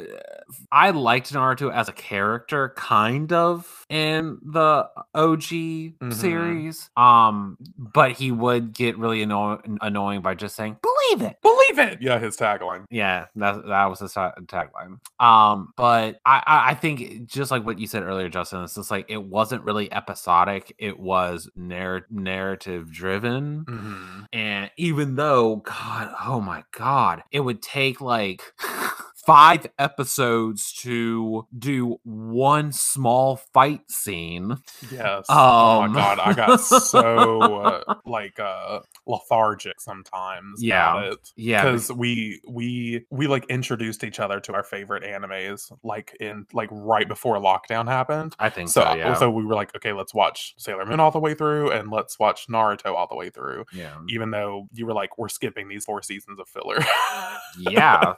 i liked naruto as a character kind of in the og Mm-hmm. series um but he would get really anno- annoying by just saying believe it Believe it. Yeah, his tagline. yeah that, that was his ta- tagline um but I, I i think it- just like what you said earlier justin it's just like it wasn't really episodic it was narr- narrative driven Mhm. and even though, God, oh my God, it would take like five episodes to do one small fight scene. Yes. oh Um. my god, I got so uh, like uh lethargic sometimes. Yeah. About it. Yeah. because we we we like introduced each other to our favorite animes like in like right before lockdown happened I think so. so uh, yeah. so we were like okay let's watch sailor moon all the way through and let's watch naruto all the way through yeah. even though you were like we're skipping these four seasons of filler Mm-hmm. Yeah.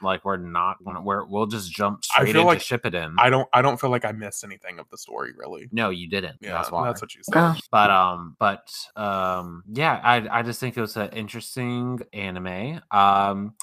Like we're not gonna we're we'll just jump I straight feel into like ship it in. i don't i don't feel like i missed anything of the story really no, you didn't. yeah that's why. that's what you said Gosh. but um but um yeah i i just think it was an interesting anime um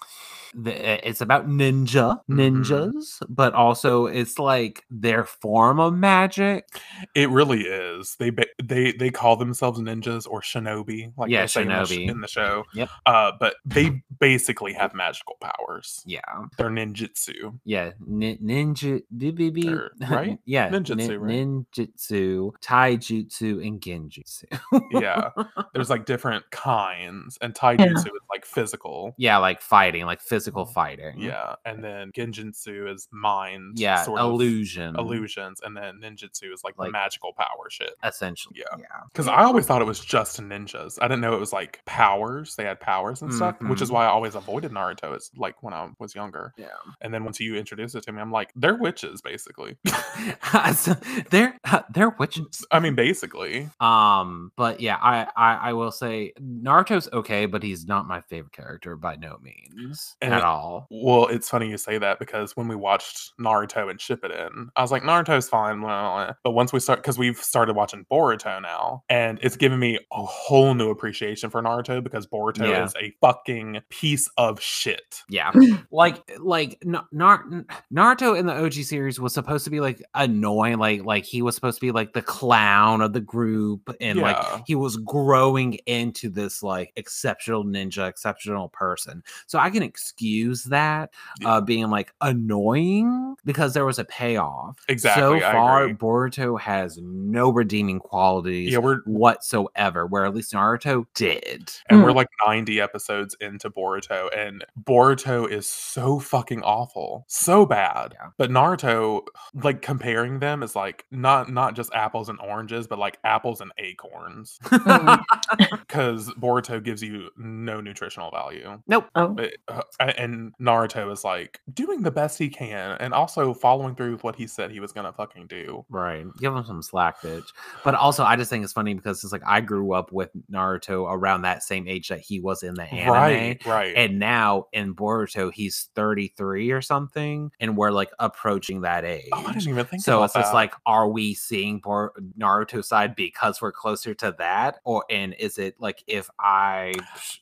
the, i- it's about ninja Mhm. ninjas but also it's like their form of magic It really is. They ba- they they call themselves ninjas or shinobi, like Yeah, they say in the sh- shinobi. in the show. Yep. Uh, but they basically have magical powers. yeah They're ninjutsu. yeah nin- ninja BBB. Or- Er, right? yeah Ninjutsu, right? ninjutsu taijutsu and genjutsu Yeah, there's like different kinds, and taijutsu is like physical. yeah like fighting like physical fighting Mm-hmm. Yeah, and then genjutsu is mind. yeah sort of illusion illusions, and then ninjutsu is like, the Like- magical power shit. essentially Yeah. yeah Because I always thought it was just ninjas. I didn't know it was like powers. They had powers and stuff, which is Mhm. why I always avoided Naruto. It's like when I was younger. yeah And then once you introduced it to me, I'm like, they're witches, basically. So, they're uh, they're witches. I mean, basically. Um, but yeah, I, I I will say Naruto's okay, but he's not my favorite character by no means And at it- all. Well, it's funny you say that because when we watched Naruto and Shippuden, I was like, Naruto's fine. blah, blah, blah." But once we start, because we've started watching Boruto now, and it's given me a whole new appreciation for Naruto because Boruto Yeah. is a fucking piece of shit. Yeah, like like Na- Nar- Naruto in the OG series was supposed to be like annoying, like like he was supposed to be like the clown of the group, and Yeah. like he was growing into this like exceptional ninja, exceptional person. So I can excuse that Yeah. uh being like annoying because there was a payoff. Exactly, So I far, agree. Boruto has no redeeming qualities Yeah, we're whatsoever, where at least Naruto did. and we're like 90 episodes into Boruto, and Boruto is so fucking awful, so bad. Yeah. But Naruto, like comparing them is like not not just apples and oranges, but like apples and acorns, Mm. because Boruto gives you no nutritional value. oh, But, Mm. uh, a- and Naruto is like doing the best he can, and also following through with what he said he was gonna fucking do. Right. Give him some slack, bitch. But also, I just think it's funny because it's like I grew up with Naruto around that same age that he was in the anime. Right, right. And now in Boruto, he's 33 or something, and we're like approaching that age. oh, I didn't even think so about it's just that. like, are we seeing Bor- Naruto side because we're closer to that, or and is it like if I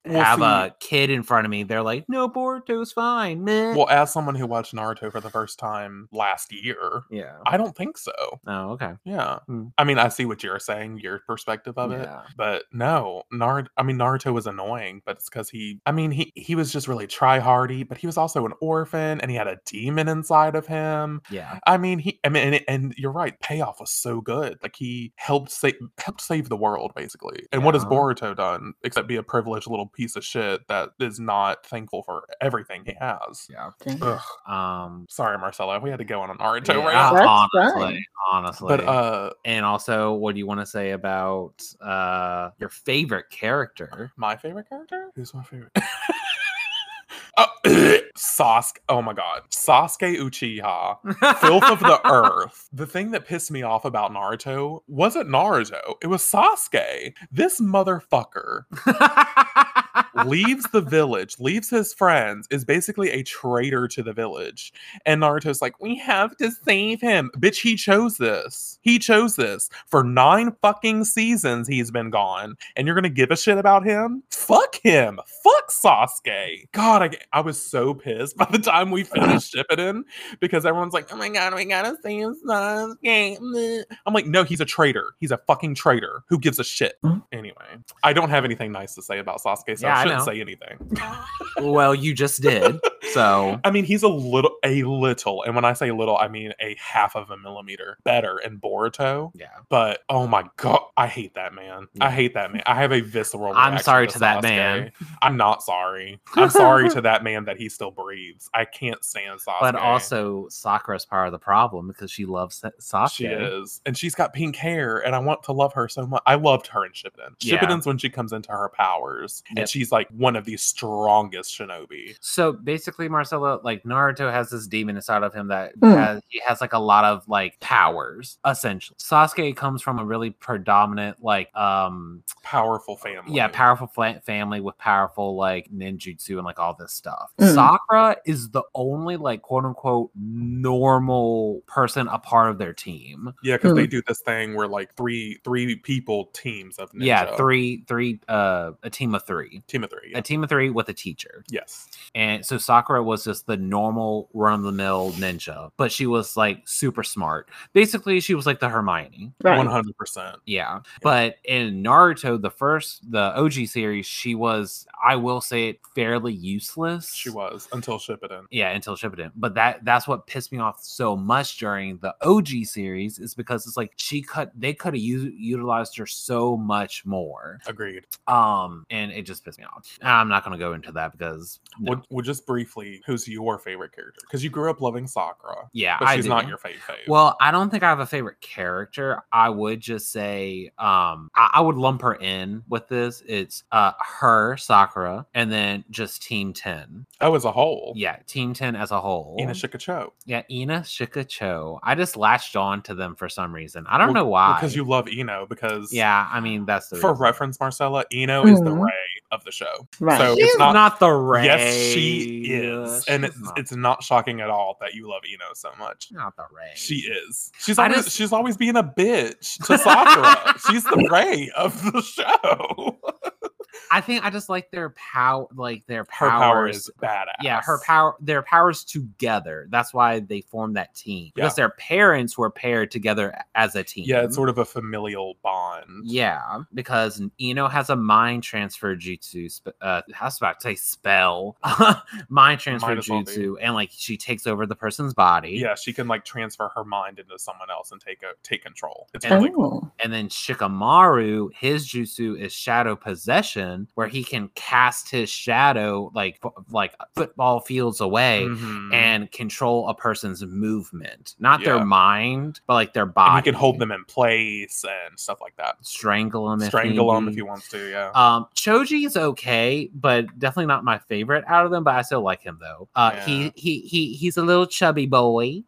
Well, have see- a kid in front of me, they're like, no, Boruto's fine. Meh. Well, as someone who watched Naruto for the first time last year, yeah. I don't think so. Oh, okay. Yeah. Hmm. I mean, I see what you're saying, your perspective of it. Yeah. But no, Naruto. I mean, Naruto was annoying, but it's because he. I mean, he he was just really try hardy, but he was also an orphan, and he had a demon inside of him. Yeah. I mean, he. I mean, and, and you're right. Payoff was so good. Like he helped save helped save the world basically. And what has Yeah. Boruto done except be a privileged little piece of shit that is not thankful for everything he has? Yeah. Dang. Ugh. Um. Sorry, Marcelo, we had to go on an Naruto yeah, round. That's honestly, fine. honestly. But uh, and also, what do you want to say about uh your favorite character? my favorite character? Who's my favorite? oh, Sasuke. Oh my god. Sasuke Uchiha. Filth of the earth. The thing that pissed me off about Naruto wasn't Naruto, it was Sasuke. This motherfucker leaves the village, leaves his friends, is basically a traitor to the village. And Naruto's like, we have to save him. Bitch, he chose this. He chose this. For nine fucking seasons, he's been gone. And you're going to give a shit about him? Fuck him. Fuck Sasuke. God, I, I was so pissed by the time we finished shipping in because everyone's like, oh my God, we got to save Sasuke. Meh. I'm like, no, he's a traitor. He's a fucking traitor. Who gives a shit? Mhm. Anyway, I don't have anything nice to say about Sasuke, Hmm? so Yeah, I I shouldn't know. say anything. well, you just did. So I mean, he's a little, a little, and when I say little, I mean a half of a millimeter better in Boruto. yeah. But oh my god, I hate that man. I Yeah. hate that man. I have a visceral. I'm reaction sorry to that man. Sasuke. I'm not sorry. I'm sorry to that man that he still breathes. I can't stand Sasuke. But also, Sakura's part of the problem because she loves Sa- Sasuke. She is, and she's got pink hair, and I want to love her so much. I loved her in Shippuden. Yeah. Shippuden's when she comes into her powers, and Yep. she's like one of the strongest shinobi. So basically, Marcella, like Naruto has this demon inside of him that Mm. has, he has like a lot of like powers. Essentially, Sasuke comes from a really predominant like um Powerful family. yeah powerful fla- family with powerful like ninjutsu and like all this stuff. Mm. Sakura is the only like quote unquote normal person a part of their team. Yeah, because they Mm. do this thing where like three three people teams of ninja. Yeah, three three uh a team of three. team of three. yeah. A team of three with a teacher. yes, And so Sakura was just the normal run of the mill ninja, but she was like super smart. Basically, she was like the Hermione. Right. one hundred percent. Yeah. But in Naruto, the first, the OG series, she was, I will say it, fairly useless. She was until Shippuden. Yeah, until Shippuden. But that that's what pissed me off so much during the OG series is because it's like she cut they could have u- utilized her so much more. Agreed. Um and it just pissed me off. I'm not going to go into that because no. Well, well, just briefly, who's your favorite character? Because you grew up loving Sakura, yeah, but I she's not do. your fave fave. Well, I don't think I have a favorite character. I would just say um I, I would lump her in with this. It's uh her, Sakura, and then just Team 10. oh, as a whole, Yeah, Team 10 as a whole. Ina Shikacho. yeah, Ina Shikacho. I just latched on to them for some reason. I don't Well, know why. Because you love Eno. Because Yeah, I mean that's the for reason. reference, Marcella, Eno is the Mhm. Ray of the show. Right. So- She's it's not- not, the Ray. Yes, she is, and She's it's, not, it's not shocking at all that you love Eno so much. not the Ray. She is. She's I always just- she's always being a bitch to Sakura. she's the Ray of the show. I think I just like their power, like their Her powers. power is badass. yeah her power their powers together that's why they formed that team because their parents were paired together as a team Yeah, it's sort of a familial bond. yeah because eno has a mind transfer jutsu sp- uh how's about to say spell mind transfer Might as well be. jutsu and like she takes over the person's body Yeah, she can like transfer her mind into someone else and take a, take control. It's And- really cool. Oh. and then shikamaru his jutsu is shadow possession where he can cast his shadow like f- like football fields away Mhm. and control a person's movement, not Yeah. their mind, but like their And body. he can hold them in place and stuff like that. strangle them, Strangle them if need be. he wants to. Yeah. Um, Choji is okay, but definitely not my favorite out of them. But I still like him though. Uh, Yeah. he he he he's a little chubby boy.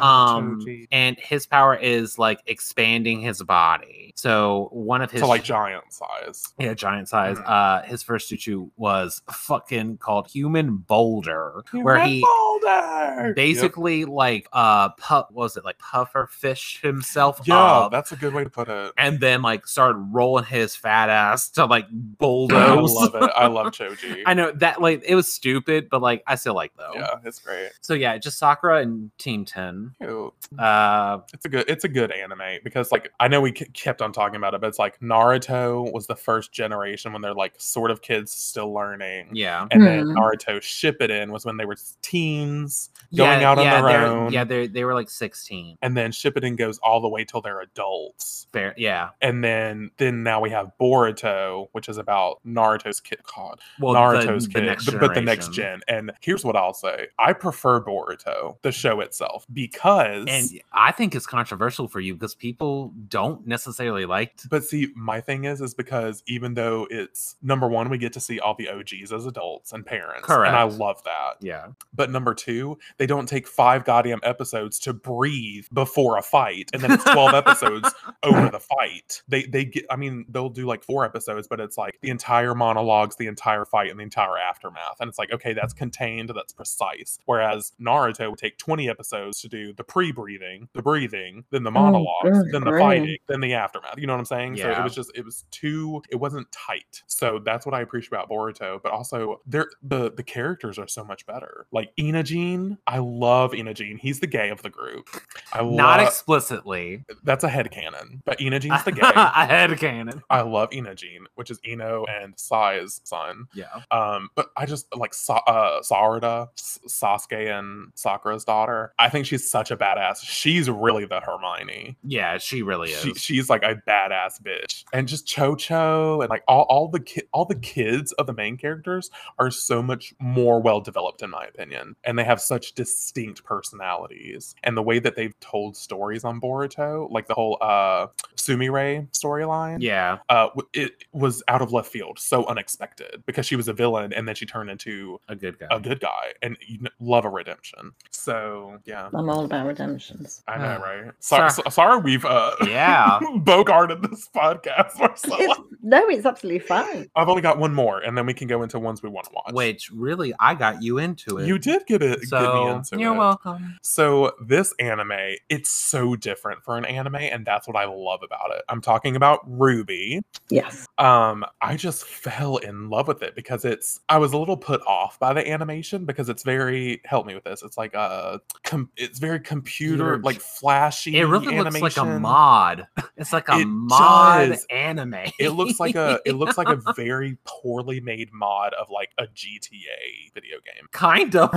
um, and his power is like expanding his body. So one of his to like Mm. giant size. yeah giant size, uh his first tutu was fucking called Human Boulder, where he Boulder! basically like uh puff was it like puffer fish himself yeah, up that's a good way to put it. and then like started rolling his fat ass to like I bulldoze. love it. I love Choji. I know that like it was stupid, but like I still like though. yeah, it's great. So yeah, just Sakura and Team Ten. Cute. Uh, It's a good it's a good anime because like I know we ke- kept on talking about it, but it's like Naruto was the first generation when they're like sort of kids still learning. yeah, And then Hmm. Naruto Ship It In was when they were teens, Going out on yeah, their they're- own. Yeah, they they were like sixteen. and then Ship It In goes all the way till they're adults. Fair, yeah. And then then now we have Boruto, which is about Naruto's kid God, Well, Naruto's the, kid, the next th- but the next generation. gen. And here's what I'll say. I prefer Boruto, the show itself, because And I think it's controversial for you because people don't necessarily like. But see, my thing is, is because even though it's number one, we get to see all the OGs as adults and parents. And I Correct. love that. yeah, But number two, they don't take five goddamn episodes to breathe before a fight. And then it's 12 episodes over the fight. They they get I mean, they'll do like four episodes, but it's like the entire monologues, the entire fight, and the entire aftermath. And it's like, okay, that's contained, that's precise. Whereas Naruto would take 20 episodes to do the pre-breathing, the breathing, then the monologues, good then the grief. fighting, then the aftermath. You know what I'm saying? So it Yeah. was just it was too it wasn't tight. So that's what I appreciate about Boruto. But also there the the characters are so much better. Like Inajin, I love Inajin. He's the gay of the group. I not love explicitly. that's a headcanon. But Inajin's the gay. I had a cannon. I love Inajin, which is Ino and Sai's son. Yeah, Um, but I just like Sa- uh, Sarada, S- Sasuke and Sakura's daughter. I think she's such a badass. She's really the Hermione. yeah, she really is. She, she's like a badass bitch, and just Cho Cho and like all, all the ki- all the kids of the main characters are so much more well developed in my opinion, and they have such distinct personalities. And the way that they've told stories on Boruto, like the whole uh Sumire storyline, yeah, uh, w- it was out of left field, so unexpected because she was a villain and then she turned into a good guy. a good guy, and you kn- love a redemption. So yeah, I'm all about redemptions. I know, Uh, right? So, sorry. so- sorry, we've uh, Yeah. bogarted this podcast. We're so- It's, no, it's absolutely fine. I've only got one more, and then we can go into ones we want to watch. Which really, I got you into it. you did get it. get me so into you're it. welcome. So this anime, it's so different for an anime, and that's what I love about it. I'm talking about Ruby. Yes. um i just fell in love with it because it's i was a little put off by the animation because it's very help me with this it's like uh com- it's very computer Computer- like flashy It really looks like a animation. mod. It's like a It mod does. anime. it looks like a it looks like a very poorly made mod of like a gta video game kind of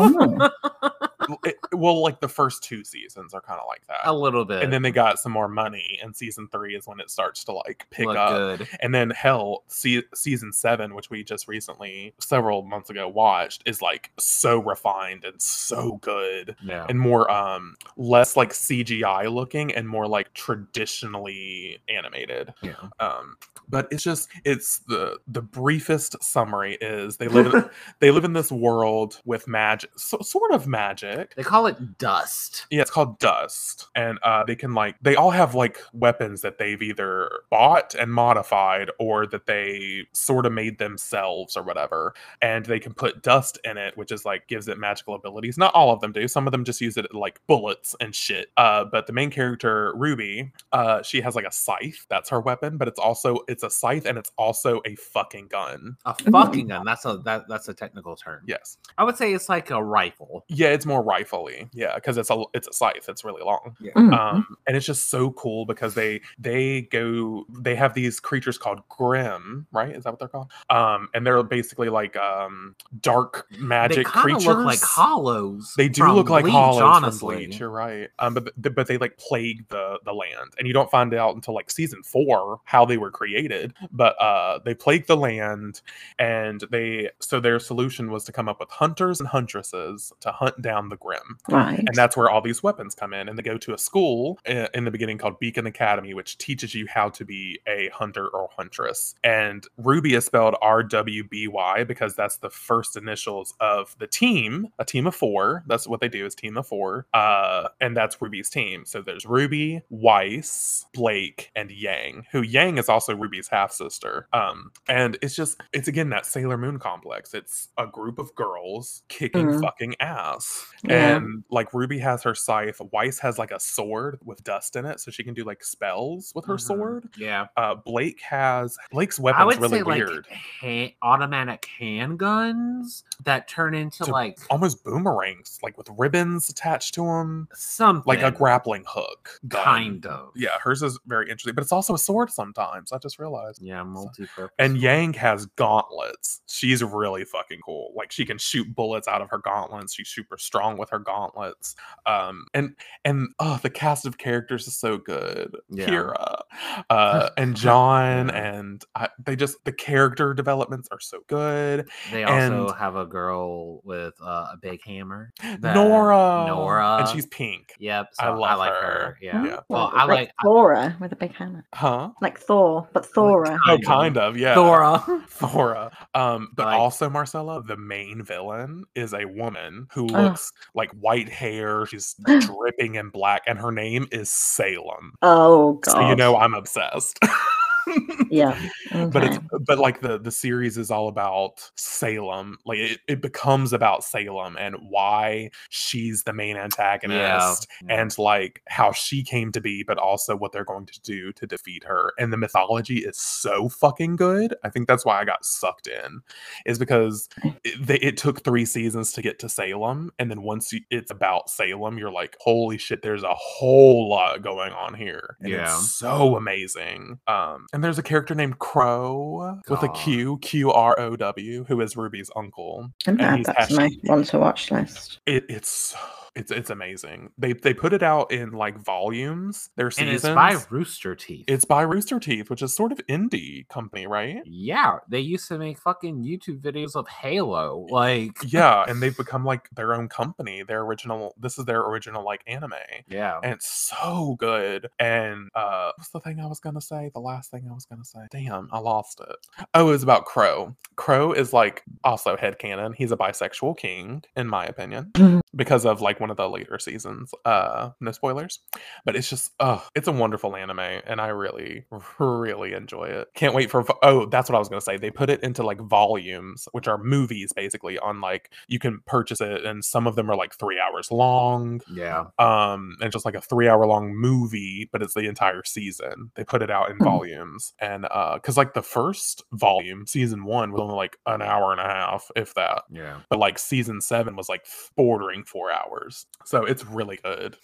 Oh, L- it- well like the first two seasons are kind of like a that little bit. and then they got some more money and season three is when it starts to like pick look up good. And then Hell se- season seven, which we just recently several months ago watched, is like so refined and so good Yeah. and more um less like CGI looking and more like traditionally animated. yeah. Um but it's just it's the the briefest summary is they live in, they live in this world with magic so, sort of magic. They call it dust. Yeah, it's called Dust. And uh, they can like they all have like weapons that they've either bought and modified or that they sort of made themselves or whatever. And they can put dust in it, which is like gives it magical abilities. Not all of them do. Some of them just use it like bullets and shit. Uh, but the main character, Ruby, uh, she has like a scythe. That's her weapon, but it's also it's a scythe and it's also a fucking gun. A fucking gun. That's a that, that's a technical term. Yes. I would say it's like a rifle. Yeah, it's more rifle-y. Yeah, because it's a it's a scythe. It's really long. mm. Mm-hmm. um and it's just so cool because they they go they have these creatures called grim right is that what they're called um and they're basically like um dark they magic kind of creatures look like hollows. they do from look like Bleach, hollows honestly. from Bleach. You're right, um, but th- but they like plague the the land, and you don't find out until like season four how they were created. But uh, they plague the land, and they so their solution was to come up with hunters and huntresses to hunt down the Grim Right. and that's where all these weapons come in and they go to a school i- in the beginning called beacon academy which teaches you how to be a hunter or huntress and ruby is spelled r-w-b-y because that's the first initials of the team a team of four that's what they do is team of four uh, and that's ruby's team so there's ruby weiss blake and yang who yang is also ruby's Ruby's half sister. Um, and it's just it's again that Sailor Moon complex. It's a group of girls kicking Mhm. fucking ass. Yeah. And like Ruby has her scythe, Weiss has like a sword with dust in it, so she can do like spells with her Mhm. sword. Yeah. Uh, Blake has Blake's I weapon's would really say weird. like ha- automatic handguns that turn into To- like Almost boomerangs, like with ribbons attached to them, something like a grappling hook. gun. kind of. Yeah, hers is very interesting, but it's also a sword sometimes. I just realized. Yeah, multi-purpose. And Yang has gauntlets. She's really fucking cool. Like she can shoot bullets out of her gauntlets. She's super strong with her gauntlets. Um, and and oh, the cast of characters is so good. Yeah. Kira, uh, and John, Yeah. and I, they just the character developments are so good. they also and- have a girl with uh, a big hammer. that- Nora, Nora. and she's pink. Yep. So I I, love like her. her. Mm-hmm. Yeah. Oh. Yeah. Well, I like Thora with a big hammer, Huh? like Thor, but Thora. Kind Oh, of. kind of. Yeah. Thora. Thora. Um, but Like- also Marcella, the main villain is a woman who Ugh. looks like white hair. She's dripping in black, and her name is Salem. Oh god, So you know I'm obsessed. yeah, But it's okay. but like the the series is all about Salem. Like it, it becomes about Salem and why she's the main antagonist yeah. and like how she came to be, but also what they're going to do to defeat her. And the mythology is so fucking good. I think that's why I got sucked in, is because it, they, it took three seasons to get to Salem, and then once you, it's about Salem, you're like, holy shit, there's a whole lot going on here. And Yeah. it's so amazing. Um, and there's a character named Crow with a God. Q, Q R O W, who is Ruby's uncle. I'm and add he's that to my actually- want to watch list. It, it's so- it's it's amazing. They they put it out in like volumes. Their And seasons. it's by Rooster Teeth. It's by Rooster Teeth, which is sort of indie company, right? yeah, they used to make fucking YouTube videos of Halo. Like, Yeah, and they've become like their own company. Their original this is their original like anime. yeah. And it's so good. And uh what's the thing I was gonna say? The last thing I was gonna say. Damn, I lost it. Oh, it was about Crow. Crow is like also headcanon. He's a bisexual king, in my opinion, Mhm. because of like one of the later seasons. Uh no spoilers. But it's just uh it's a wonderful anime and I really, really enjoy it. Can't wait for vo- oh, that's what I was gonna say. They put it into like volumes, which are movies basically, on like you can purchase it and some of them are like three hours long Yeah. um and just like a three hour long movie but it's the entire season they put it out in Hmm. volumes and uh because like the first volume season one was only like an hour and a half if that Yeah. but like season seven was like bordering four hours so it's really good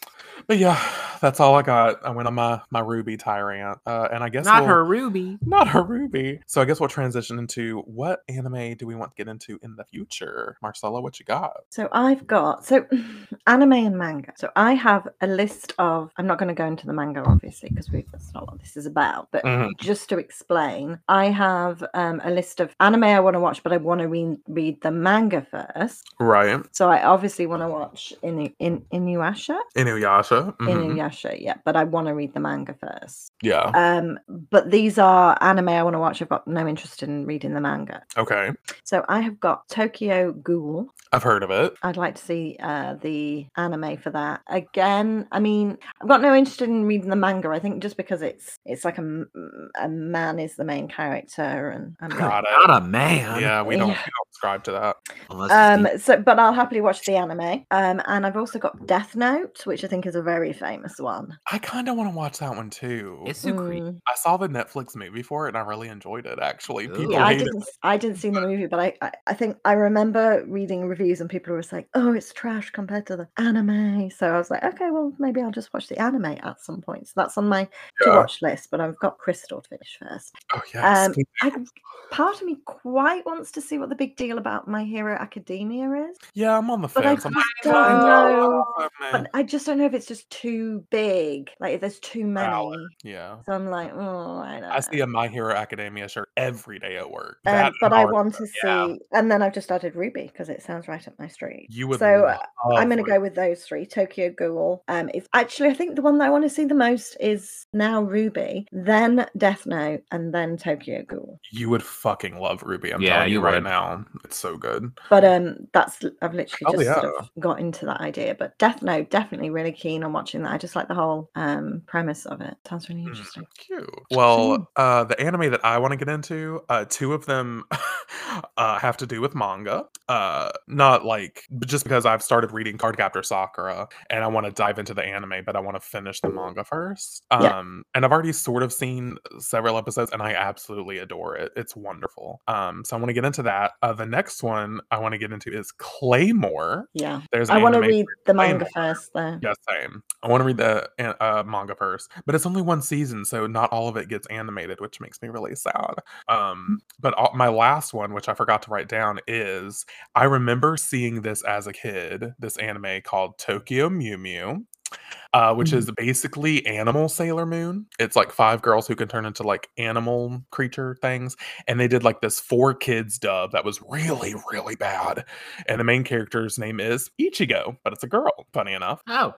but yeah that's all i got i went on my my ruby tyrant uh and i guess Not we'll- her Ruby. not her ruby so i guess we'll transition into what anime do we want to get into in the future marcella what you got So I've got so anime and manga. So I have a list of. I'm not going to go into the manga obviously because that's not what this is about. But Mhm. just to explain, I have um, a list of anime I want to watch, but I want to re- read the manga first. right So I obviously want to watch in in Inuyasha, inuyasha Mhm. Inuyasha, yeah. But I want to read the manga first. yeah Um, but these are anime I want to watch. I've got no interest in reading the manga. okay So I have got Tokyo Ghoul. i've heard of it I'd like to see uh, the anime for that again. I mean, I've got no interest in reading the manga. I think just because it's it's like a, m- a man is the main character, and I'm like, Got it. Not a man. Yeah, we don't, we Yeah. don't subscribe to that. Unless it's um, so but I'll happily watch the anime. Um, and I've also got Death Note, which I think is a very famous one. I kind of want to watch that one too. It's so creepy. Mm, I saw the Netflix movie for it and I really enjoyed it actually. Ooh. People Yeah, I hate didn't. I didn't see the movie, but I, I, I think I remember reading reviews and people were saying, "Oh, it's trash compared to the anime." So I was like, "Okay, well, maybe I'll just watch the anime at some point." So that's on my it. to Yeah. watch list, but I've got Crystal to finish first. Oh, yes. um, I, part of me quite wants to see what the big deal about My Hero Academia is, yeah, I'm on the but I fence. just I'm don't Kind know. not- But I just don't know if it's just too big. Like there's too many. Valid. yeah. So I'm like, oh, I don't. I see know." a My Hero Academia shirt every day at work. Um, That and but I Naruto. want to see, yeah. and then I've just added Ruby because it sounds right up my street. You would. so uh, love I'm going to Ruby. go with those three: Tokyo Ghoul. Um, it's actually I think the one that I want to see the most is now Ruby, then Death Note, and then Tokyo Ghoul. You would fucking love Ruby. I'm Yeah, telling you, you right would. now. It's so good. But um, that's l- I've literally Hell just Oh, yeah. sort of got into that idea. But Death Note, definitely really keen on watching that. I just like the whole um, premise of it. Sounds really Hmm. interesting. Cute. Hmm. Well, uh, the anime that I want to get into, uh, two of them uh, have to do with manga. Uh, not like but just because I've started reading Cardcaptor Sakura and I want to dive into the anime, but I want to finish the manga first. Um, Yeah. and I've already sort of seen several episodes and I absolutely adore it. It's wonderful. Um, so I want to get into that. Uh, the next one I want to get into is Claymore. Yeah. There's an I want to anime read the Claymore. manga first, though. Yeah, same. I want to read the an- uh, manga first, but it's only one season, so not all of it gets animated, which makes me really sad. Um, but all, my last one, which I forgot to write down, is I remember seeing this as a kid. This anime called Tokyo Mew Mew. Uh, which Mhm. is basically animal Sailor Moon. It's like five girls who can turn into like animal creature things. And they did like this four kids dub that was really, really bad. And the main character's name is Ichigo, but it's a girl, funny enough Oh,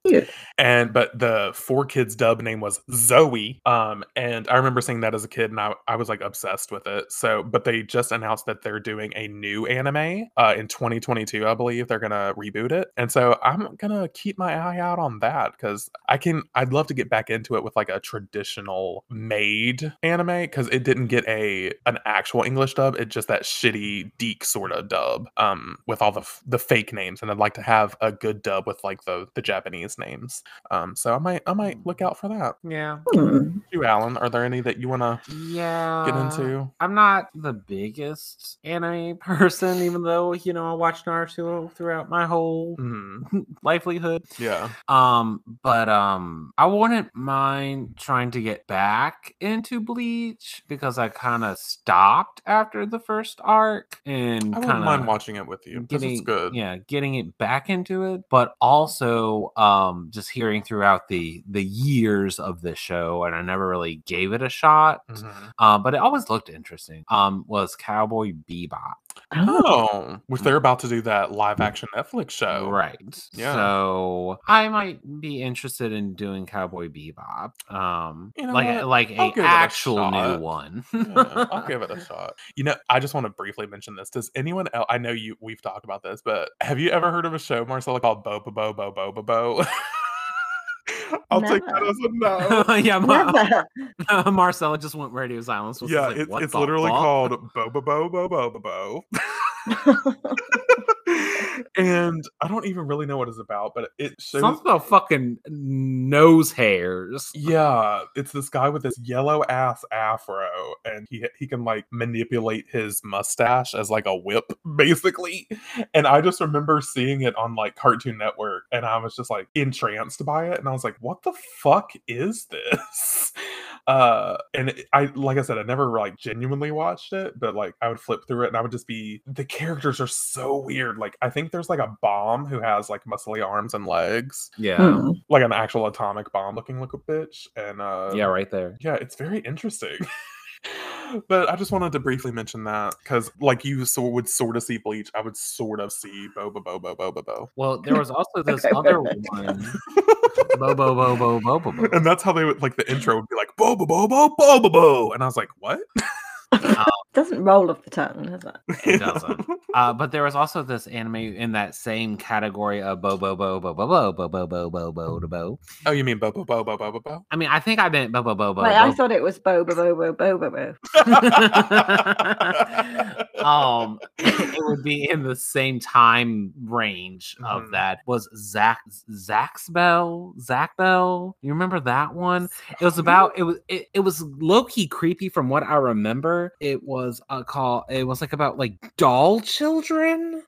and but the four kids dub name was zoe um and i remember seeing that as a kid and i, I was like obsessed with it so but they just announced that they're doing a new anime uh in 2022 i believe they're gonna reboot it and so i'm gonna keep my eye out on that because i can i'd love to get back into it with like a traditional made anime because it didn't get a an actual english dub it just that shitty deek sort of dub um with all the f- the fake names and i'd like to have a good dub with like the the japanese names um, so I might I Mm. might look out for that. yeah. Hmm. You, Alan, are there any that you want to Yeah. get into? I'm not the biggest anime person, even though, you know, I watched Naruto throughout my whole Mhm, livelihood. Yeah, Um, but um, I wouldn't mind trying to get back into Bleach because I kind of stopped after the first arc and I kind wouldn't of mind watching it with you. This is good. yeah getting it back into it but also um just hearing throughout the the years of this show and i never really gave it a shot Mhm. uh, but it always looked interesting um was cowboy bebop Oh, which they're about to do that live action Netflix show. Mm. right Oh, yeah. so i might be interested in doing cowboy bebop um You know like what? like a I'll give it a actual new shot. one Yeah, I'll give it a shot. You know, I just want to briefly mention this. Does anyone else? I know you. We've talked about this, but have you ever heard of a show, Marcella, called Bo Bo Bo Bo Bo Bo? Bo? I'll take that Never. as a no. yeah, Mar- Oh, uh, Never. Marcella just went radio silence. was just yeah, like, it's "What it's the literally fuck?" called Bo Bo Bo Bo Bo Bo Bo. and I don't even really know what it's about, but it shows. Something about fucking nose hairs. yeah, it's this guy with this yellow ass afro, and he he can like manipulate his mustache as like a whip, basically. And I just remember seeing it on like Cartoon Network, and I was just like entranced by it, and I was like, "What the fuck is this?" Uh, and it- I like I said, I never like genuinely watched it, but like I would flip through it, and I would just be the characters are so weird. Like I think there's like a bomb who has like muscly arms and legs, Yeah. Hmm. like an actual atomic bomb looking little bitch, and uh, Yeah, right there. yeah, it's very interesting. but I just wanted to briefly mention that because, like, you so would sort of see Bleach. I would sort of see Boba Boba Boba Bo. Well, there was also this Okay, other perfect. one. Bo bo bo bo bo bo bo. And that's how they would like the intro would be like Boba Bobo Boba Bo, and I was like, what? Doesn't roll off the tongue, does it? It doesn't. Uh, but there was also this anime in that same category of bo bo bo bo bo bo bo bo bo bo bo to bo. oh, you mean Boba Boba Boba Bo? I mean, I think I meant bo bo bo bo. Wait, I bo- thought it was Boba Bobo Bobo Bo. um it would be in the same time range of Mhm. that was zach zach's bell zach bell you remember that one it was about it was it, it was low-key creepy from what i remember it was a call it was like about like doll children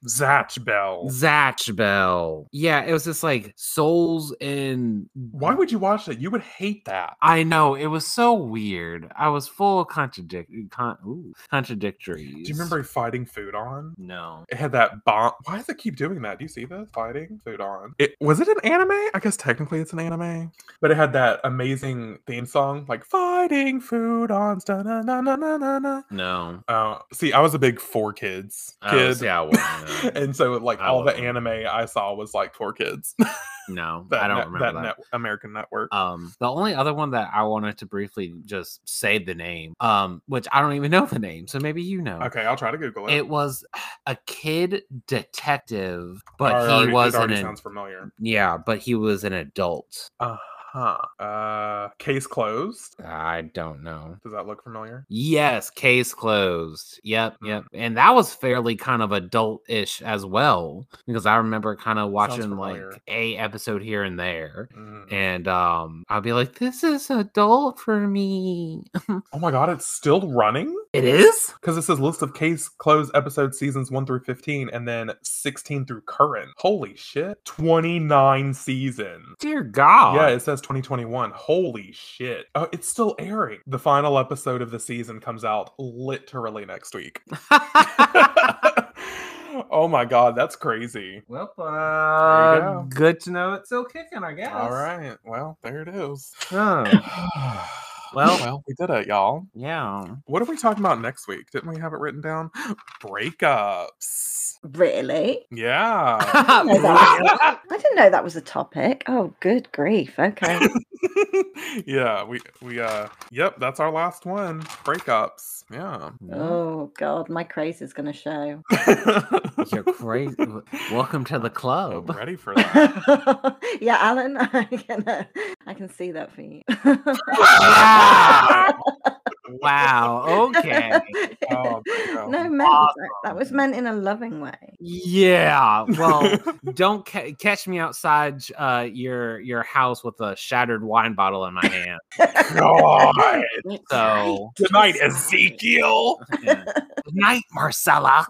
Zatch Bell. zach bell yeah it was just like souls in Why would you watch that? You would hate that. I know it was so weird. I was full of contradict con- ooh, contradictories. Do you remember fighting food on? No. It had that bomb. Why does it keep doing that? Do you see this fighting food on? It was it an anime? I guess technically it's an anime, but it had that amazing theme song like fighting food on. Na na na na na. No. Uh, see, I was a big four kids Oh, kid, see, I wasn't, no. and so like I all the wasn't. anime I saw was like four kids. No, I don't net- remember that that. net- American network. Um, the only other one that I wanted to briefly just say the name, um, which I don't even know the name, so maybe you know. okay, I'll try to Google it. It was a kid detective, Or but it he already- was It an already ad- sounds familiar. yeah, but he was an adult. Uh-huh. Uh Case closed. I don't know. Does that look familiar? Yes, case closed. Yep, yep. And that was fairly kind of adult-ish as well because I remember kind of watching like familiar. a episode here and there. Mm. And um I'll be like, this is adult for me. Oh my god, it's still running? It is? Because it says list of case closed episodes seasons 1 through 15 and then 16 through current. Holy shit. 29 seasons. Dear God. Yeah, it says 2021. Holy shit. Oh, it's still airing. The final episode of the season comes out literally next week. oh my god, that's crazy. well, There you uh, go. good to know it's still kicking, I guess. All right. Well, there it is. Huh. Well- well, we did it, y'all. Yeah. What are we talking about next week? Didn't we have it written down? Breakups. Really? Yeah. Brilliant. I didn't know that was a topic. Oh, good grief. Okay. yeah, we we uh yep, that's our last one. Breakups. Yeah. oh, God. My craze is going to show. You're crazy. Welcome to the I'm club. ready for that. yeah, Alan, I can, uh, I can see that for you. Ah. Wow. Wow. Okay. Oh, there you go. no, meant, that- that was meant in a loving way. Yeah. Well, don't ca- catch me outside uh, your your house with a shattered wine bottle in my hand. God. It's So Tonight, Sorry. Ezekiel. yeah. Good night, Marcella.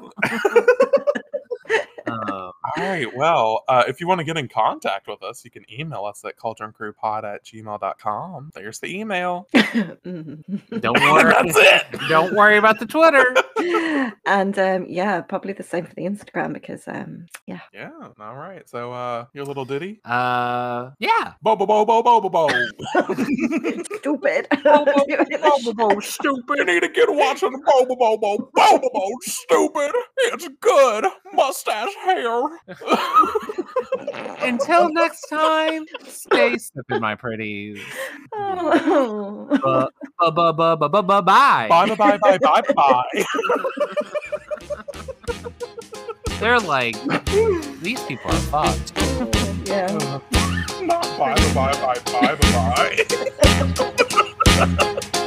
um, All right. Well, uh, if you want to get in contact with us, you can email us at cauldroncrewpod at gmail.com. There's the email. right. Mhm. don't worry. That's it. don't worry about the Twitter. and um, yeah, probably the same for the Instagram because um, yeah, Yeah. All right. So, uh, your little ditty. Uh, yeah. Bo bo bo bo bo bo bo. you stupid. stupid. need to get watching bo bo bo bo bo bo bo. Stupid. It's good. Mustache hair. Until next time, stay sipping, my pretties. Oh. Bu- bu- bu- bu- bu- bu- bu- Bye. bye bye bye bye bye. They're like, these people are fucked. yeah. Not bye bye bye bye bye bye.